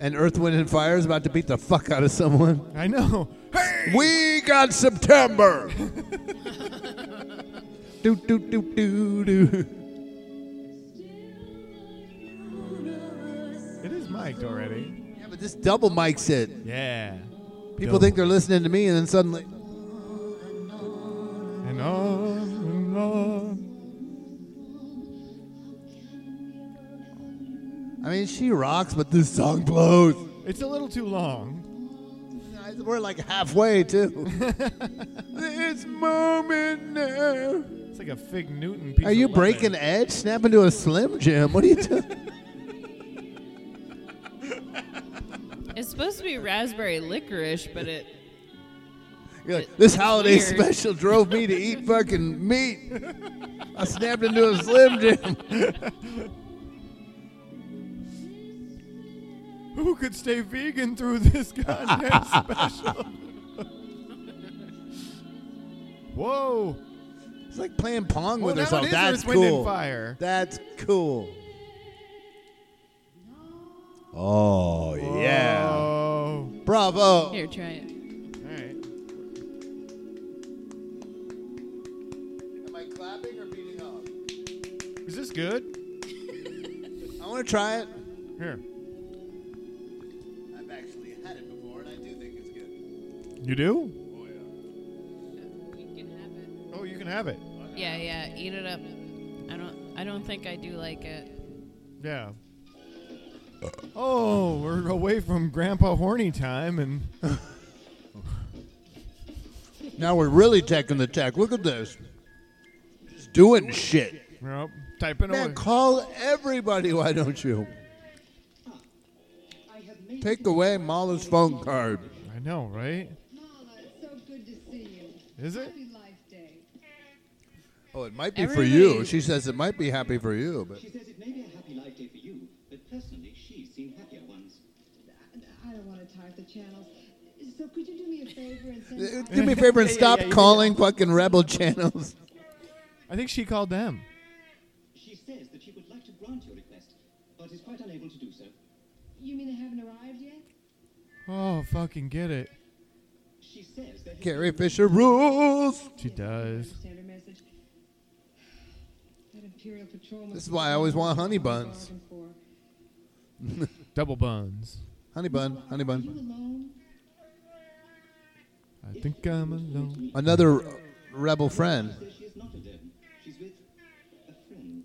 And Earth, Wind, and Fire is about to beat the fuck out of someone. I know. [laughs] We got September. do do do do do. It is mic'd already. Yeah, but this double mics it. Yeah. People think they're listening to me, and then suddenly, And on and on. I mean, she rocks, but this song blows. It's a little too long. We're like halfway too. this moment now. It's like a Fig Newton piece. Are you of lemon. breaking edge? Snap into a slim jim? What are you doing? it's supposed to be raspberry licorice, but it. You're like, this It's holiday weird. special drove me to eat fucking meat. I snapped into a slim jim. Who could stay vegan through this [laughs] goddamn special? Whoa! It's like playing pong Oh, with now herself. it is That's Earth, Wind, and cool. Fire. That's cool. Oh yeah. Oh. Bravo. Here, try it. All right. Am I clapping or beating off? Is this good? I want to try it. Here. I've actually had it before, and I do think it's good. You do? Oh, you can have it. Yeah, yeah, eat it up. I don't. I don't think I do like it. Yeah. Oh, we're away from Grandpa Horny time, [laughs] and Now we're really taking the tech. Look at this. Just doing shit. Nope. typing Man, away. call everybody. Why don't you? Take away Mala's phone card. I know, right? So good to see you. Is it? Happy Life Day. Oh, it might be for you. Everybody- She says it might be happy for you, but She says it may be a happy life day for you, but personally, she's seen happier ones. I don't want to tart the channels. So could you do me a favor and Uh, send do me a [laughs] favor and Yeah, yeah, stop yeah, yeah, calling fucking rebel channels. I think she called them. She says that she would like to grant your request, but is quite unable to do so. You mean they haven't arrived yet? Oh, fucking get it. She says that Carrie Fisher rules. She does. Send her message. That Imperial Patrol This is why I always want honey buns. bargained for. Double buns. Honey bun, honey You bun. alone? I think I'm alone. Another rebel friend. She is not a den. She's with a friend.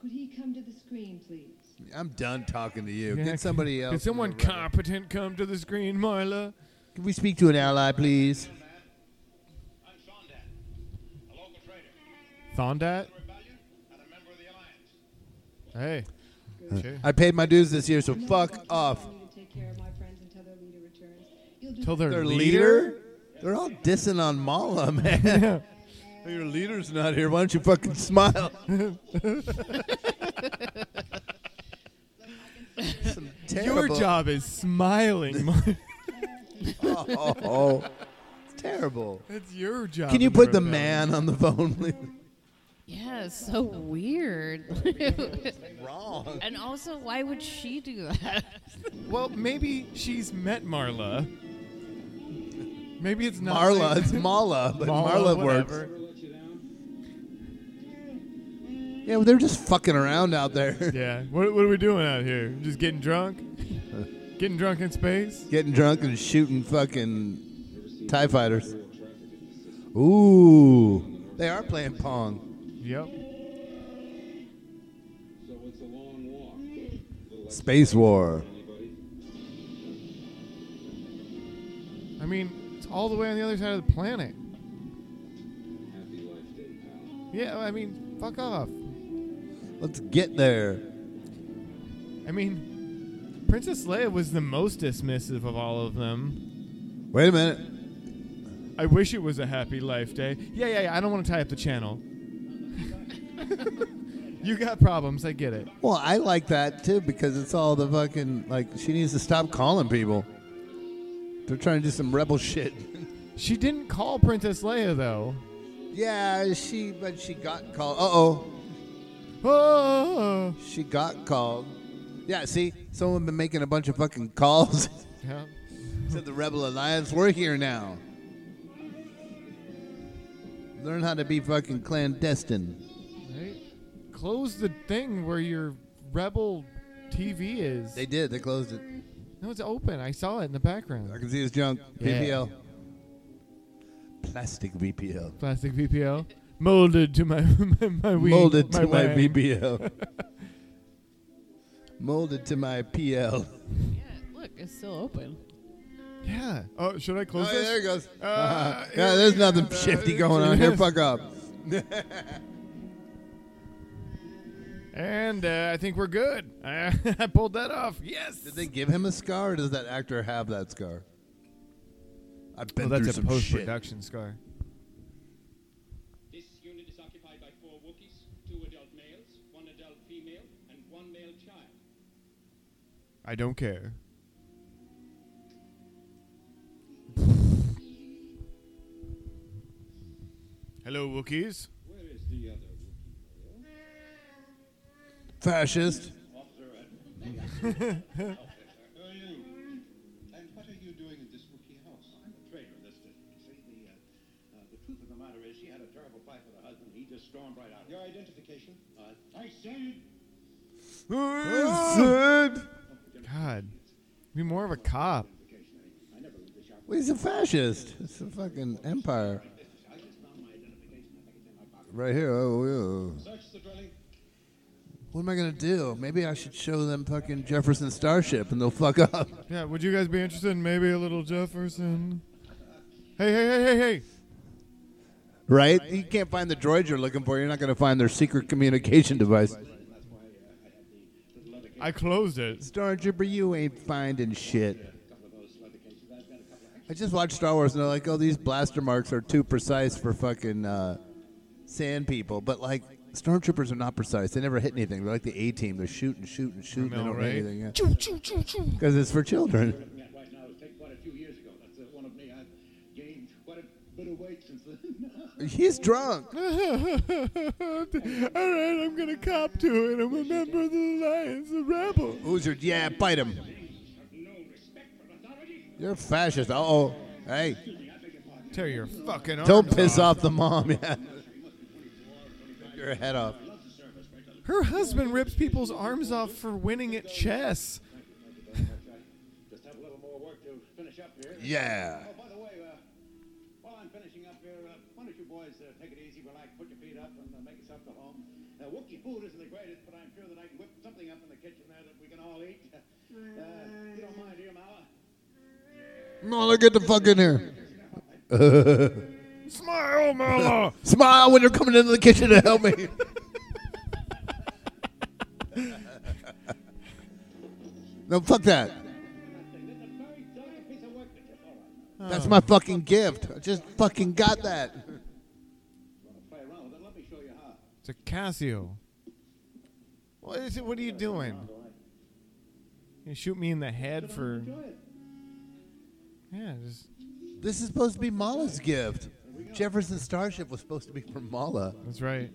Could he come to the screen, please? I'm done talking to you. Yeah, Get somebody can- else. Can someone competent come to the screen, Marla? Can we speak to an ally, please? Thondat? Hey. Okay. I paid my dues this year, so fuck off. Till their, Their leader? leader? They're all dissing on [laughs] Mala, man. Your leader's not here. Why don't you fucking [laughs] smile? Some Your terrible- job is smiling. Mar- oh, oh, oh. It's terrible. [laughs] It's your job. Can you in put the Rebellion. man on the [laughs] phone, please? Yeah, it's [laughs] so weird. [laughs] Wrong. And also, why would she do that? [laughs] Well, maybe she's met Marla. Maybe it's not Marla, it's Mala, but [laughs] Marla works. whatever. Yeah, well, they're just fucking around out there. [laughs] Yeah. What, what are we doing out here? Just getting drunk? [laughs] getting drunk in space? Getting drunk and shooting fucking TIE fighters. Ooh. They are playing Pong. Yep. Space War. I mean, it's all the way on the other side of the planet. Yeah, I mean, fuck off. Let's get there. I mean, Princess Leia was the most dismissive of all of them. Wait a minute. I wish it was a happy life day. Yeah, yeah, yeah. I don't want to tie up the channel. [laughs] you got problems. I get it. Well, I like that too because it's all the fucking like she needs to stop calling people. They're trying to do some rebel shit. [laughs] She didn't call Princess Leia though. Yeah, she but she got called. Uh oh. Oh. She got called. Yeah, see, someone been making a bunch of fucking calls. [laughs] Yeah. to the Rebel Alliance, we're here now. Learn how to be fucking clandestine. Right? Close the thing where your rebel TV is. They did. They closed it. No, it's open. I saw it in the background. I can see his junk. Yeah. PPL. Plastic VPL. Plastic VPL molded to my [laughs] my, my wing, Molded to my wang. [laughs] VPL. Molded to my PL. Look, it's still open. yeah. Oh, should I close Oh, yeah, this? there it goes. Uh, Uh-huh. here [laughs] yeah, there's we nothing go. shifty going on here. Fuck up. And uh, I think we're good. [laughs] I, I pulled that off. Yes. Oh, Did they give him a scar, or does that actor have that scar? I've been that's through a some shit. post-production scar. This unit is occupied by four Wookiees, two adult males, one adult female, and one male child. I don't care. Hello, Wookiees. Where is the other? Fascist. Officer Admiral. Who are you? And what are you doing in this Wookiee house? I'm a trader in this district. See, the, uh, uh, the truth of the matter is she had a terrible fight with her husband. He just stormed right out. Your identification? Uh, I said... God, be more of a cop. He's a fascist. It's a fucking empire. Right here. Oh, yeah. Search the dwelling. What am I gonna do? Maybe I should show them fucking Jefferson Starship, and they'll fuck up. [laughs] Yeah, would you guys be interested in maybe a little Jefferson? Hey, hey, hey, hey, hey! Right? You can't find the droid you're looking for. You're not gonna find their secret communication device. I closed it. Stormtrooper, you ain't finding shit. I just watched Star Wars and they're like, oh, these blaster marks are too precise for fucking uh, sand people. But like, stormtroopers are not precise. They never hit anything. They're like the A team. They're shooting, shooting, shooting. know, they don't right? hit anything. Because it's for children. Right now, it take quite a few years ago. That's uh, one of me. I've gained quite a bit of weight since then. He's drunk. [laughs] All right, I'm gonna cop to it. I'm a member of the Alliance, a rebel. Who's your? Yeah, bite him. You're a fascist. Uh oh. Hey, Tear your fucking. don't arms piss off the mom. [laughs] Yeah. Your head off. Her husband rips people's arms off for winning at chess. Just have a little more work to finish up here. Yeah. Oh, by the way, on finishing up here, uh, why don't you boys uh, take it easy, relax, put your feet up, and uh, make yourself at home. Uh, Wookiee food isn't the greatest, but I'm sure that I can whip something up in the kitchen there that we can all eat. [laughs] Uh, you don't mind, dear Mala? Mala, get the fuck in here. Smile, [laughs] Mala. Smile when you're coming into the kitchen to help me. no, fuck that. That's my fucking gift. I just fucking got that. It's a Casio. What is it? What are you doing? You shoot me in the head for. Yeah, just. This is supposed to be Mala's gift. Jefferson Starship was supposed to be for Mala. That's right.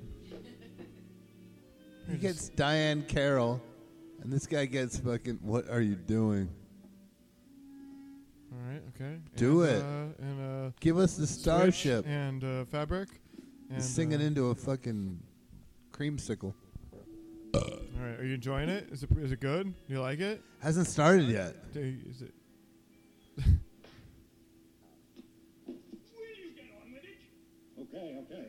He gets Diane Carroll, and this guy gets fucking. What are you doing? All right, okay. Do And, it. Uh, and uh, Give us the switch starship. and uh, fabric. And, He's singing uh, into a fucking creamsicle. All right, are you enjoying it? Is it is it good? Do you like it? Hasn't started yet. Do you- [laughs] Is it? Okay, okay.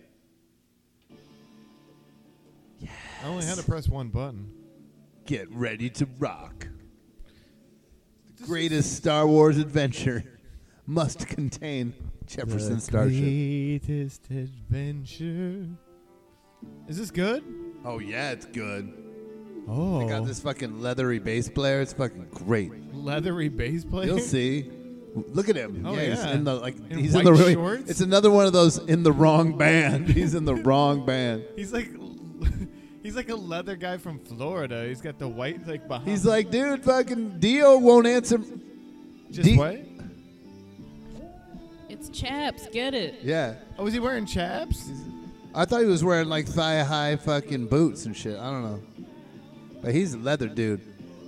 I only had to press one button. Get ready to rock. The greatest Star Wars adventure must contain Jefferson Starship. Greatest adventure. Is this good? Oh yeah, it's good. Oh. They got this fucking leathery bass player. It's fucking great. Leathery bass player. [laughs] You'll see. Look at him. Oh, he's yeah. in the like In he's in the white really- shorts? It's another one of those in the wrong band. [laughs] He's in the wrong band. He's like, [laughs] he's like a leather guy from Florida. He's got the white like behind. He's like, dude, fucking Dio won't answer. just D- what? It's chaps. Get it. Yeah. Oh, is he wearing chaps? I thought he was wearing like thigh high fucking boots and shit. I don't know. But he's a leather dude.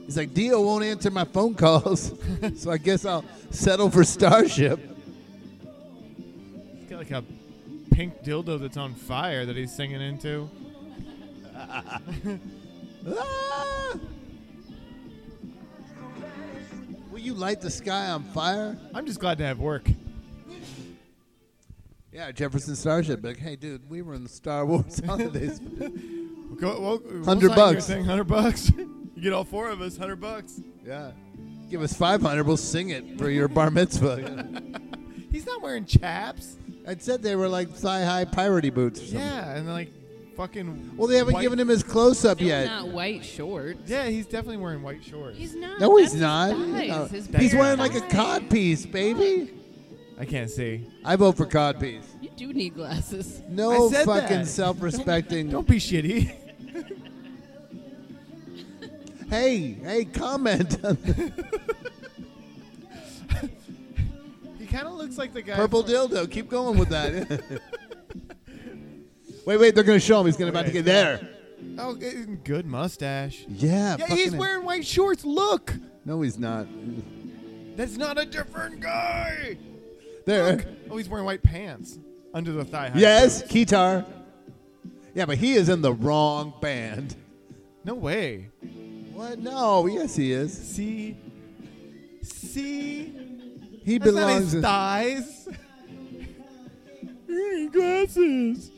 He's like, Dio won't answer my phone calls. [laughs] so I guess I'll settle for Starship. He's got like a pink dildo that's on fire that he's singing into. Ah! Will you light the sky on fire? I'm just glad to have work. Yeah, Jefferson Starship. Like, hey, dude, we were in the Star Wars [laughs] holidays. Go, well, we'll 100 sign your bucks. Thing, Hundred bucks. [laughs] you get all four of us. Hundred bucks. Yeah. Give us 500, we'll sing it for your bar [laughs] mitzvah. He's not wearing chaps. I said they were like thigh high piratey boots or something. Yeah, and like fucking. Well, they haven't white- given him his close up yet. Not white shorts. Yeah, he's definitely wearing white shorts. He's not. No, he's That's not. His thighs. No. His He's bare wearing like a thighs. codpiece, baby. I can't see. I vote for codpiece. You do need glasses. No I said fucking that. self-respecting. Don't be shitty. [laughs] hey, hey, comment. He kind of looks like the guy. Purple dildo. Keep going with that. [laughs] wait, wait. They're gonna show him. He's gonna about to get there. from- Oh, eh, good mustache. Yeah. Yeah, fucking he's it. wearing white shorts. Look, No, he's not. that's not a different guy. There. Oh, he's wearing white pants under the thigh. high Yes, boots. guitar. Yeah, but he is in the wrong band. No way. What? No. Yes, he is. See, see. He That's not belongs. his in- thighs. You need glasses.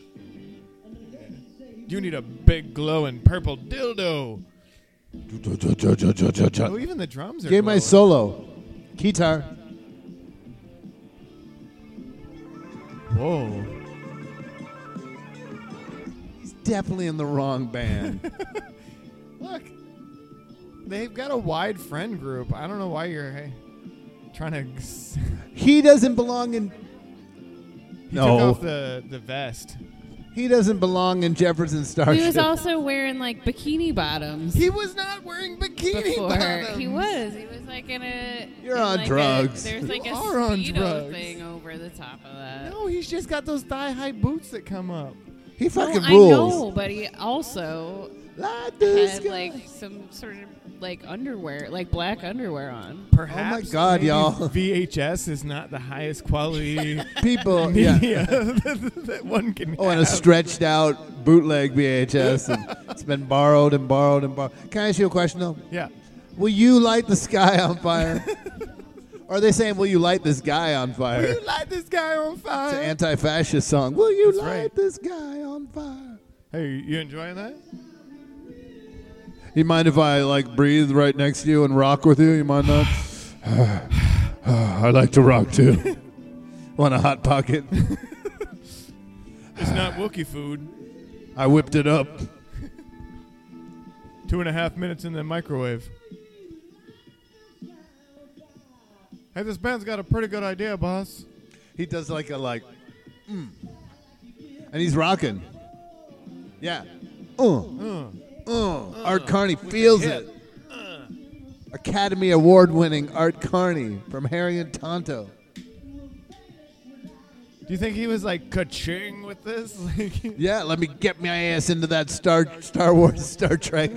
You need a big glowing purple dildo. Oh, even the drums are. [laughs] Gave my glowing. solo. Guitar. Whoa. He's definitely in the wrong band. Look, they've got a wide friend group. I don't know why you're hey, trying to. [laughs] He he doesn't belong in. took no, off the, the vest. he doesn't belong in Jefferson Starship. He was also wearing like [laughs] bikini bottoms. He was not wearing bikini before. bottoms. He was. He was like in a. You're in, on like, a- drugs. there's like You a are on speedo drugs. thing over the top of that. No, he's just got those thigh high boots that come up. He fucking Oh, I know, rules. but he also Like this had guy. like some sort of like underwear, like black underwear on. Perhaps Oh God, maybe y'all. [laughs] VHS is not the [laughs] highest quality People, yeah. media [laughs] that, that one can. Oh, and a have. stretched out bootleg VHS. And it's been borrowed and borrowed and borrowed. Can I ask you a question though? Yeah. [laughs] Will you light the sky on fire? Or are they saying, "Will you light this guy on fire"? Will you light this guy on fire? It's an anti-fascist song. Will you That's light right. this guy on fire? Hey, you enjoying that? You mind if I like breathe right next to you and rock with you? You mind not? [sighs] I like to rock too. [laughs] Want a hot pocket? [laughs] It's not Wookiee food. I whipped it up. Two and a half minutes in the microwave. Hey, this band's got a pretty good idea, boss. He does like a like, mm. and he's rocking. Yeah. Uh, uh, Art Carney feels it. Academy Award winning Art Carney from Harry and Tonto. Do you think he was like ka-ching with this? [laughs] Like, Yeah, let me get my ass into that Star Star Wars, [laughs] Star Trek.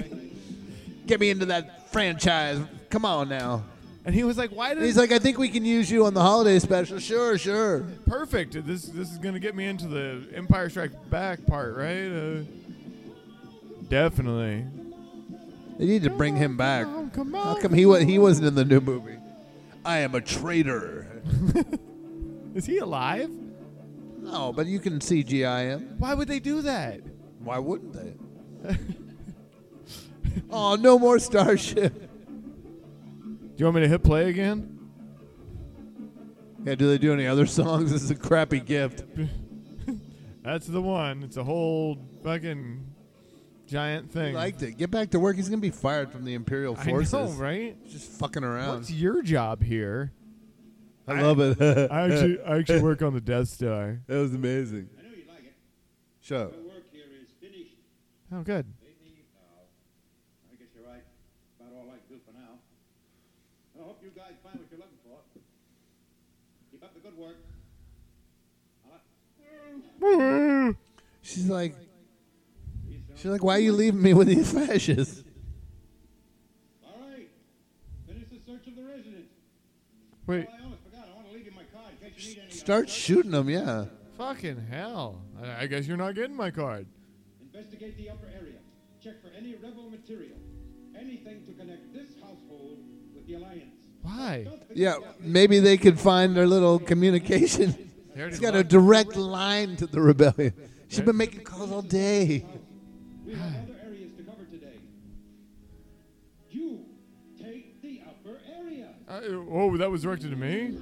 Get me into that franchise. Come on now. And he was like, "Why did?" He's like, I think we can use you on the holiday special. Sure, sure. Perfect. This this is gonna get me into the Empire Strikes Back part, right? Uh, definitely. They need to bring him back. come How come he wa- he wasn't in the new movie? I am a traitor. Is he alive? No, Oh, but you can CGI him. Why would they do that? Why wouldn't they? [laughs] oh, no more Starship. Do you want me to hit play again? Yeah, do they do any other songs? This is a crappy gift. That's the one. It's a whole fucking giant He thing. liked it. Get back to work. He's gonna be fired from the Imperial I know, Forces. right? Just fucking around. What's your job here? I love it. I actually, I actually work on the Death Star. [laughs] That was amazing. Shut [laughs] up. Oh, good. I guess you're right. About all I can do for now. I hope you guys find what you're looking for. Keep up the good work. She's like, she's like, why are you leaving me with these fascists? All right. Finish the search of the residence. Wait. I almost forgot. I want to leave you my card in case you need any. Start shooting them, yeah. Fucking hell. I, I guess you're not getting my card. Investigate the upper area. Check for any rebel material. Anything to connect this household with the Alliance. Why? Yeah, maybe they could find their little communication. They already She's got a locked- direct line to the rebellion. She's been making calls all day. We have other areas to cover today. You take the upper area. I, oh, that was directed to me?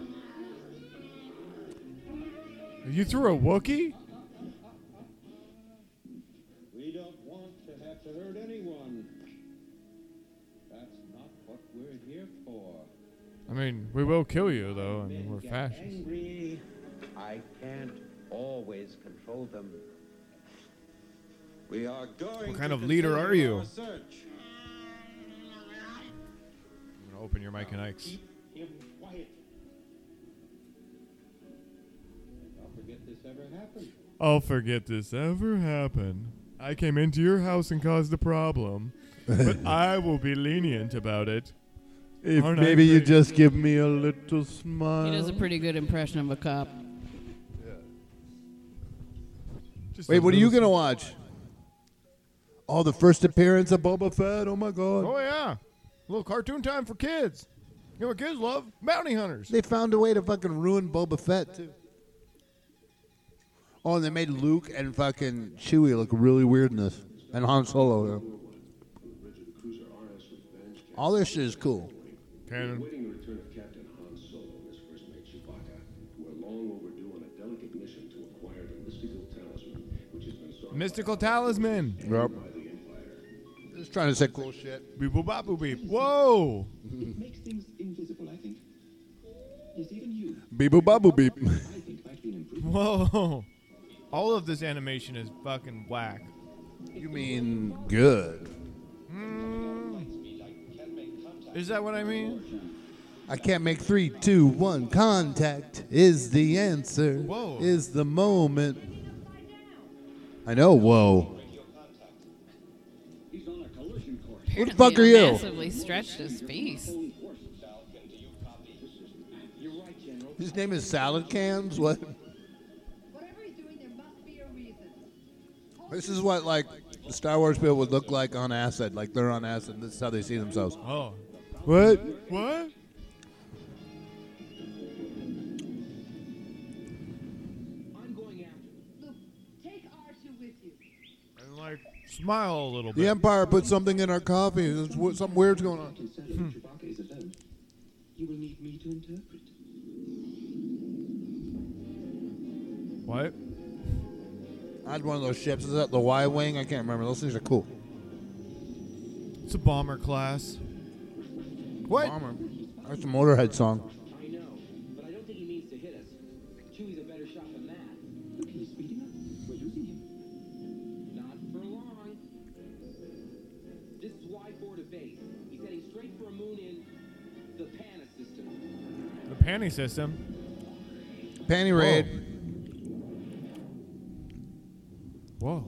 You threw a Wookiee? We don't want to have to hurt anyone. That's not what we're here for. I mean, we will kill you, though, and we're Get fascists. Angry. I can't always control them. We are going. What kind to of leader continue are you? our search. I'm going to open your mic and Ike's. Him quiet. I'll forget this ever happened. I'll forget this ever happened. I came into your house and caused a problem, [laughs] but I will be lenient about it. If Aren't I maybe you pretty- just give me a little He smile. does a pretty good impression of a cop. Just Wait, a what are you little- gonna watch? Oh, the first appearance of Boba Fett. Oh my God! Oh yeah, a little cartoon time for kids. You know what kids love? Bounty hunters. They found a way to fucking ruin Boba Fett too. Oh, and they made Luke and fucking Chewie look really weird in this, and Han Solo. yeah. All this shit is cool. Cannon. Awaiting the return of Captain Han Solo and his first mate Chewbacca, who are long overdue on a delicate mission to acquire the mystical talisman, which has been sought Mystical talisman. Yep. Just trying to say cool shit. Beep boop bop boop beep. Whoa. It makes things invisible, I think. Yes, even you. Beep boop bop boop beep. I think might be an improvement. Whoa. All of this animation is fucking whack. [laughs] You mean good? Is that what I mean? I can't make three, two, one. Contact is the answer. Whoa. Is the moment. I know. Whoa. He's on a collision course. Who the fuck are you? Massively stretched his face. You're right, General. His name is Salad Cans. What? Whatever he's doing, there must be a reason. This is what like Star Wars people would look like on acid. Like they're on acid. This is how they see themselves. Oh. What? What? Smile a little bit. The Empire put something in our coffee. There's w- Something weird's going on. Hmm. Chewbacca is alone. You will need me to interpret. What? I had one of those ships. Is that the Y wing? I can't remember. Those things are cool. It's a bomber class. What? That's a Motorhead song. I know, but I don't think he means to hit us. Chewie's a better shot than that. Look, he's speeding up. We're losing him. Not for long. This is Y4 to base. He's heading straight for a moon in the Pana system. The panty system. Panty raid. Whoa.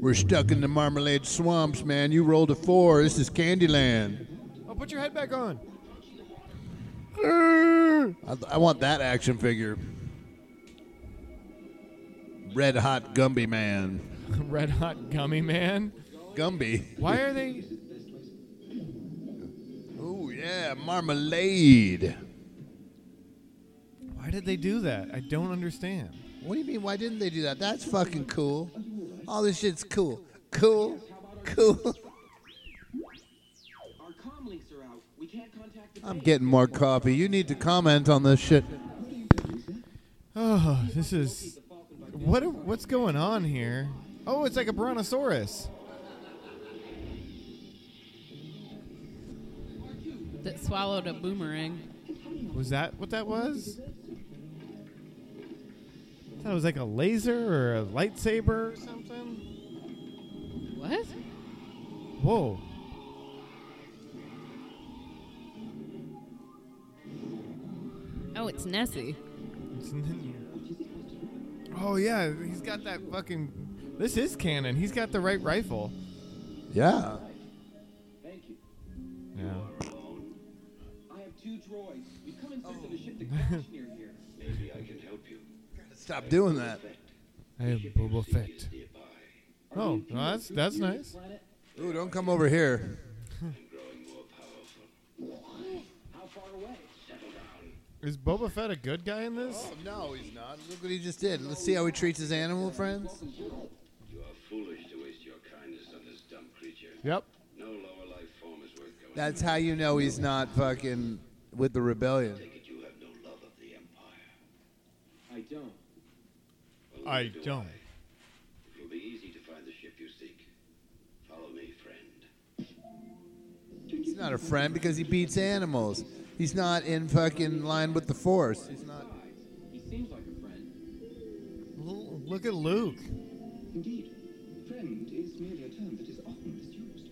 We're stuck in the marmalade swamps, man. You rolled a four. This is Candyland. Oh, put your head back on. [laughs] I, I want that action figure. Red Hot Gumby Man. Red Hot Gummy Man. Gumby. Why are they? Oh yeah, marmalade. Why did they do that? I don't understand. [sighs] What do you mean? Why didn't they do that? That's fucking cool. All this shit's cool. Cool. Cool. Our comm links are out. We can't contact the I'm base. getting more coffee. You need to comment on this shit. Oh, this is what? What's going on here? Oh, it's like a brontosaurus. that swallowed a boomerang. Was that what that was? I thought it was like a laser or a lightsaber or something. What? Whoa. Oh, it's Nessie. It's n- Oh yeah, he's got that fucking. This is canon. He's got the right rifle. Yeah. Yeah. I have two droids. We've come in system to ship [laughs] the crash near here. Maybe I can help you. Stop doing that. I have Boba Fett. Oh, well, that's that's nice. Ooh, don't come over here. Is Boba Fett a good guy in this? Oh, no, he's not. Look what he just did. Let's see how he treats his animal friends. You are foolish to waste your kindness on this dumb creature. Yep. No lower life form is worth going. That's how you know he's not fucking with the rebellion. You have no love of the Empire. I don't. I don't. It will be easy to find the ship you seek. Follow me, friend. He's not a friend because he beats animals. He's not in fucking line with the force. He's not. He seems like a friend. L- look at Luke. Indeed. Friend is merely a term that is often misused.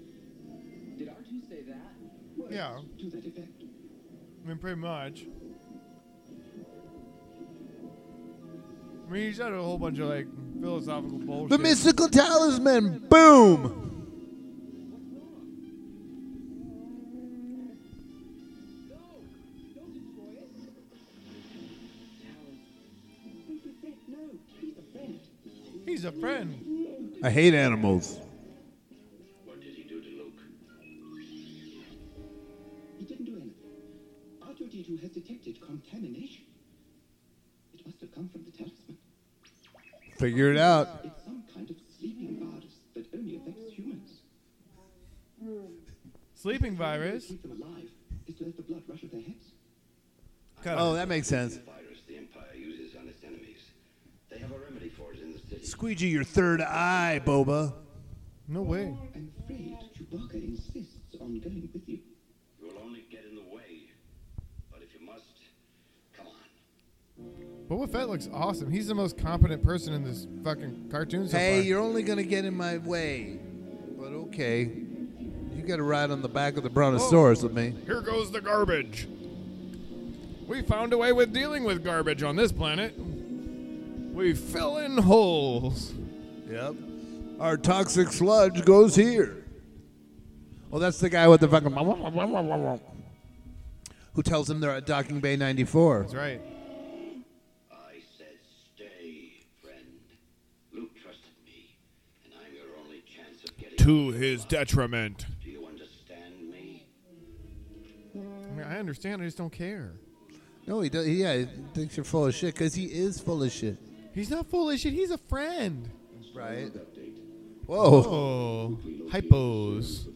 Did R2 say that? Yeah. To that effect. I mean, pretty much. I mean, he said a whole bunch of like philosophical bullshit. The mystical talisman. Boom. He's a friend. I hate animals. What did he do to Luke? He didn't do anything. R2D2 has detected contamination. It must have come from the talisman. Figure it out. It's some kind of sleeping virus that only affects humans. Sleeping virus. Keep them alive is to let the blood rush at their heads. Cut Oh, it. that makes sense. Virus the Empire uses on its enemies. They have a remedy for it in the city. Squeegee your third eye, Boba. No way. I'm afraid Chewbacca insists on going with you. You will only get in the way. But if you must, come on. Boba Fett looks awesome. He's the most competent person in this fucking cartoon so Hey, far. you're only gonna get in my way. But okay, you got to ride on the back of the brontosaurus with me. Here goes the garbage. We found a way with dealing with garbage on this planet. We fill in holes. Yep. Our toxic sludge goes here. Well, that's the guy with the fucking who tells him they're at docking bay 94. That's right. I said stay, friend. Luke trusted me, and I'm your only chance of getting. To his detriment. Do you understand me? I mean, I understand. I just don't care. No, he does. Yeah, he thinks you're full of shit because he is full of shit. He's not full of shit. He's a friend. Right. Update. Whoa. Whoa. Hypos.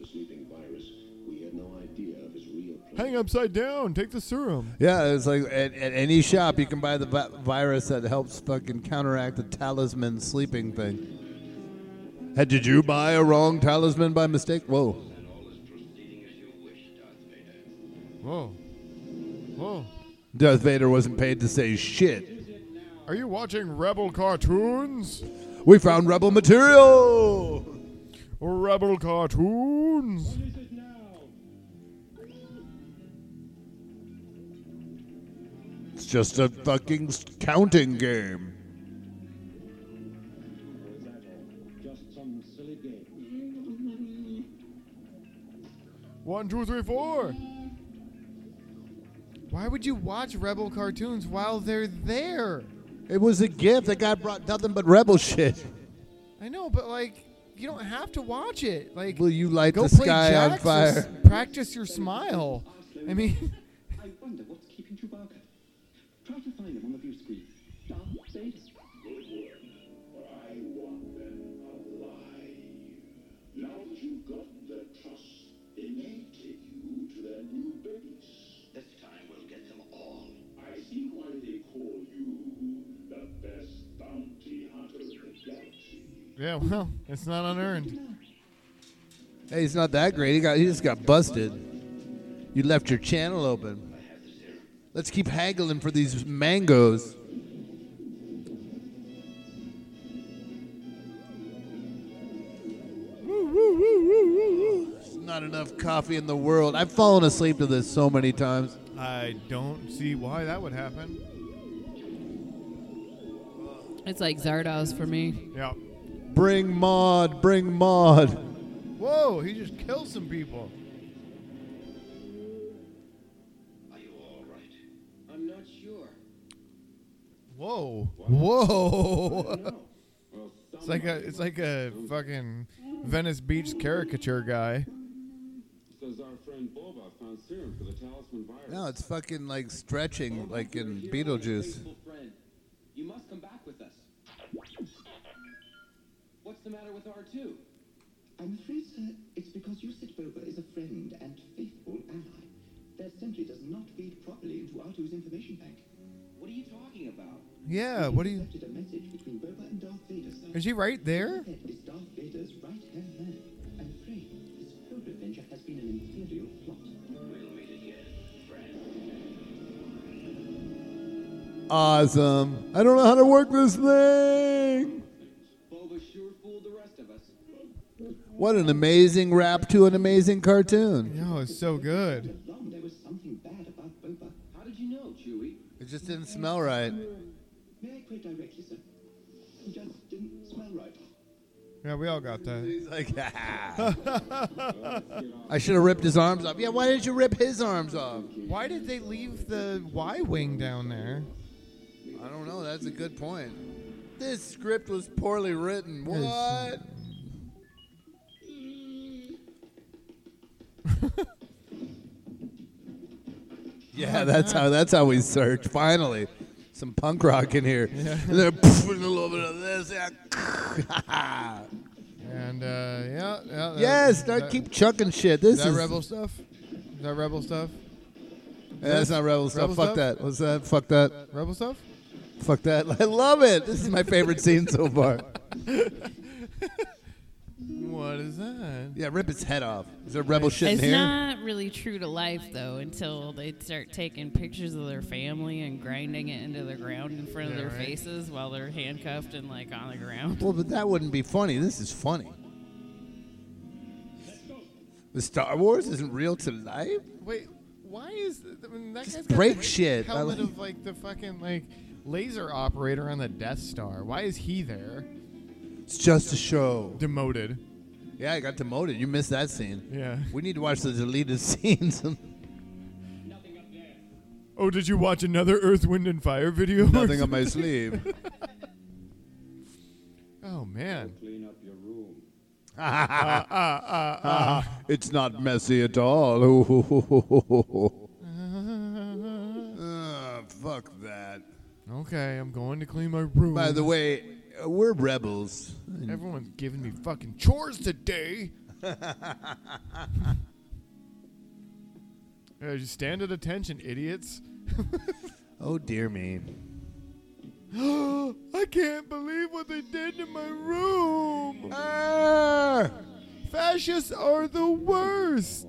Hang upside down. Take the serum. Yeah, it's like at, at any shop you can buy the vi- virus that helps fucking counteract the talisman sleeping thing. Had did you buy a wrong talisman by mistake? Whoa. Whoa. Whoa. Darth Vader wasn't paid to say shit. Are you watching Rebel cartoons? We found rebel material. Rebel cartoons. It's just a fucking s- counting game. Just some silly game. One, two, three, four. Why would you watch Rebel cartoons while they're there? It was a gift. That guy brought nothing but rebel shit. I know, but like, you don't have to watch it. Like, Will you light go the play sky on jacks or fire? s- practice your smile. I mean, [laughs] I wonder what's keeping Chewbacca. Try to find him on the view screen. Darth Vader. Now that you've got their trust, they may take you to their new base. This time we'll get them all. I see why they call you the best bounty hunter in the galaxy. yeah, well, it's not unearned. Hey, he's not that great. He got he just got busted. You left your channel open. Let's keep haggling for these mangoes. There's not enough coffee in the world. I've fallen asleep to this so many times. I don't see why that would happen. It's like Zardoz for me. Yeah. Bring Maud, bring Maud. Whoa, he just killed some people. I'm not sure. Whoa. Whoa. It's like a it's like a fucking Venice Beach caricature guy. Says our friend Boba found serum for the talisman virus. No, it's fucking like stretching, like in Beetlejuice. Faithful friend. You must come back with us. What's the matter with R2? I'm afraid, sir, it's because you said Boba is a friend and faithful ally. That simply does not feed properly into R2's information bank. What are you talking about? Yeah, what do you Intercepted a message between Boba and Darth Vader, sir. Is he right there? That is Darth Vader's right-hand man. I'm afraid this whole adventure has been an imperial plot. Awesome. I don't know how to work this thing. Boba sure fooled the rest of us. What an amazing rap to an amazing cartoon. No, Oh, it's so good. Long there was something bad about Boba. How did you know, Chewie? It just didn't smell right. May I quote directly, sir? It just didn't smell right. Yeah, we all got that. He's like, [laughs] I should have ripped his arms off. Yeah, why didn't you rip his arms off? Why did they leave the Y wing down there? I don't know. That's a good point. This script was poorly written. [laughs] What? yeah, that's how that's how we search. Finally, some punk rock in here. And then pff, and a little bit of this. Yeah. [laughs] And uh, yeah, yeah. that- yes, start Uh, that- keep chucking shit. This that is rebel stuff. Is that rebel stuff? Yeah, that's not rebel stuff. Fuck that. What's that? Fuck that. Rebel stuff. Fuck that. [laughs] I love it. This is my favorite scene so far. What is that? Yeah, rip his head off. Is there rebel shit in it's here? not really true to life though until they start taking pictures of their family and grinding it into the ground in front of Yeah, their right. faces while they're handcuffed and like on the ground. Well, but that wouldn't be funny. This is funny. The Star Wars isn't real to life. Wait, why is th- I mean, that Just guy's got break the shit. I Helmet like- of like the fucking like laser operator on the Death Star. Why is he there? It's just a show. Demoted. Yeah, I got demoted. You missed that scene. Yeah. We need to watch the deleted [laughs] scenes. Oh, did you watch another Earth, Wind, and Fire video? [laughs] Nothing on my sleeve. oh man. Clean up your room. Ah, ah, ah, ah. it's not messy at [laughs] Oh, all. Uh, fuck that. Okay, I'm going to clean my room. By the way, uh, we're rebels. Everyone's giving me fucking [laughs] chores today. Uh, just stand at attention, idiots. [gasps] Oh dear me. I can't believe what they did to my room. Ah! Fascists are the worst.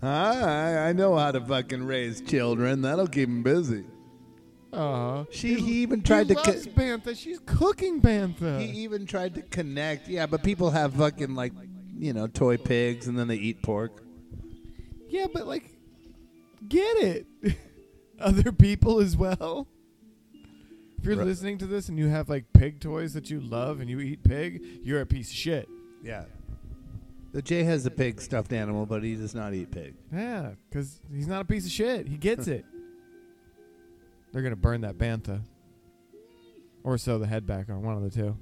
I I know how to fucking raise children. That'll keep them busy. Uh huh. She he even tried he to. loves Bantha. She's cooking Bantha. He even tried to connect. Yeah, but people have fucking like, you know, toy pigs, and then they eat pork. Yeah, but like, get it. [laughs] Other people as well. If you're Right. listening to this and you have like pig toys that you love and you eat pig, you're a piece of shit. Yeah. The Jay has a pig stuffed animal, but he does not eat pig. Yeah, because he's not a piece of shit. He gets it. They're gonna burn that bantha, or sew the head back on one of the two.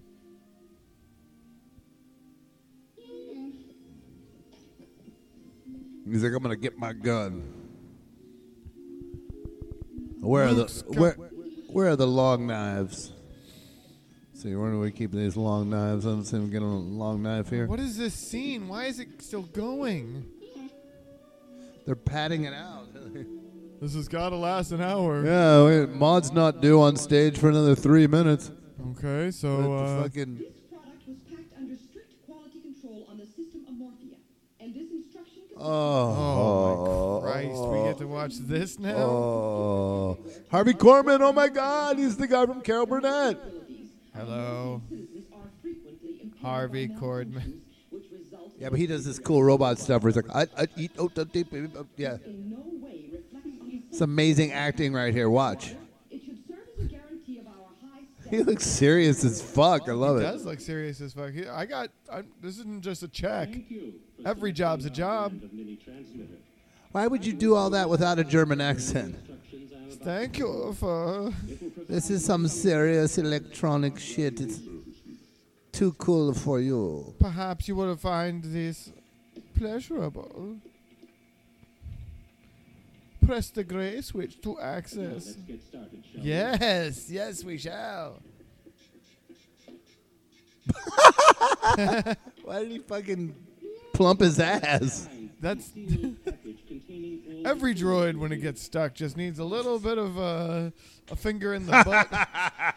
He's like, I'm gonna get my gun. Where are Luke's the got- where, where are the long knives? See, where do we keep these long knives? I'm seeing we get a long knife here. What is this scene? Why is it still going? They're padding it [laughs] out. This has got to last an hour. Yeah, wait, Maud's not due on stage for another three minutes. Okay, so, Let the uh, fucking product was packed under strict quality control on the system of Morphia, and this instruction oh, Oh, oh my Christ, we get to watch this now? Oh, Harvey Korman! Oh my God, he's the guy from Carol Burnett. Hello, Harvey Cordman. Yeah, but he does this cool robot stuff where he's like, I, I eat oh, da- dee- dee- oh, yeah. It's amazing acting right here. Watch. [laughs] He looks serious as fuck. I love he it. does look serious as fuck. He- I got. I, this isn't just a check. Every job's a job. Why would you do all that without a German accent? Thank you for. This is some serious electronic shit. It's too cool for you. Perhaps you will find this pleasurable. Press the gray switch to access. Yes, yes, we shall. [laughs] Why did he fucking plump his ass? [laughs] That's every droid when it gets stuck just needs a little bit of uh, a [laughs] finger in the butt.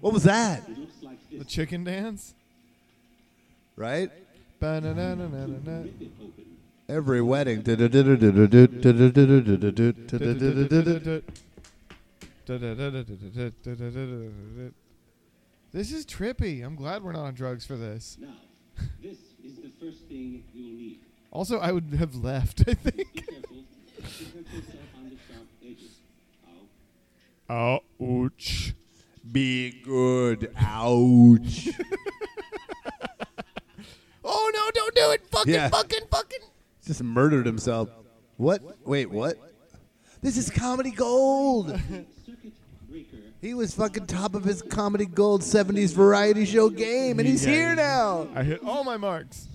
What was that? The chicken dance, Right? Ba-na-na-na-na-na-na. Every wedding. This This is trippy. I'm glad we're not on drugs for this. This is the first thing you'll need. Also, I would have left, I think. Protect yourself on the sharp edges. Ouch. Be good. Ouch. [laughs] oh no, don't do it. Fucking, Yeah. fucking, fucking. Just murdered himself. What? Wait, what? is comedy gold. He was fucking top of his comedy gold 70s variety show game, and he's Yeah. here now. I hit all my marks.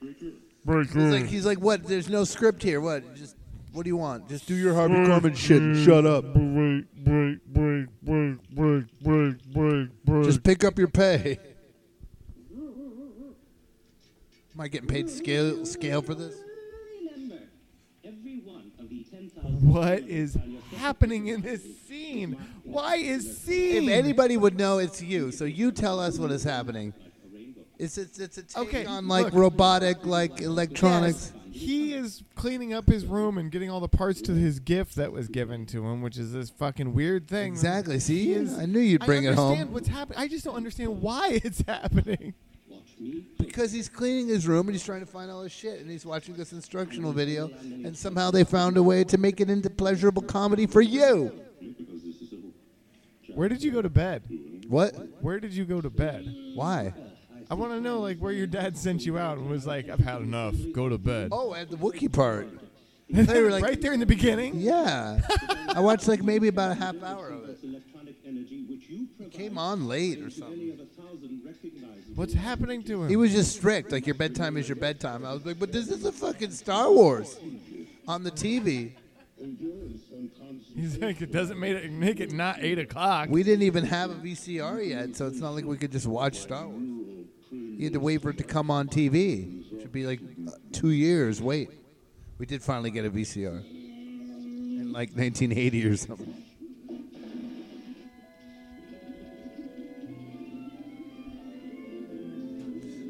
He's like, he's like, what? There's no script here. What? Just, what do you want? Just do your Harvey Mm, Korman shit and shut up. Break, break, break, break, break, break, break, break. Just pick up your pay. [laughs] Am I getting paid scale scale for this? Remember, every one of the 10,000 What is happening in this scene? Why is scene? If anybody would know, it's you. So you tell us what is happening. It's it's it's a take Okay, on like look. robotic, like electronics. He is cleaning up his room and getting all the parts to his gift that was given to him, which is this fucking weird thing. Exactly. He See, is- I knew you'd bring I it understand home what's happening. I just don't understand why [laughs] it's happening. because he's cleaning his room and he's trying to find all his shit, and he's watching this instructional video, and somehow they found a way to make it into pleasurable comedy for you. Where did you go to bed? What? Where did you go to bed? Why? I want to know like where your dad sent you out and was like, "I've had enough. Go to bed." Oh, at the Wookiee part. They were like, [laughs] right there in the beginning. Yeah, I watched like maybe about a half hour of it. It came on late or something. What's happening to him? He was just strict, like your bedtime is your bedtime. I was like, but this is a fucking Star Wars on the TV. He's [laughs] like, it doesn't make it, make it not 8 o'clock. We didn't even have a VCR yet, so it's not like we could just watch Star Wars. You had to wait for it to come on TV. Should be like uh, two years wait. We did finally get a VCR in like 1980 or something.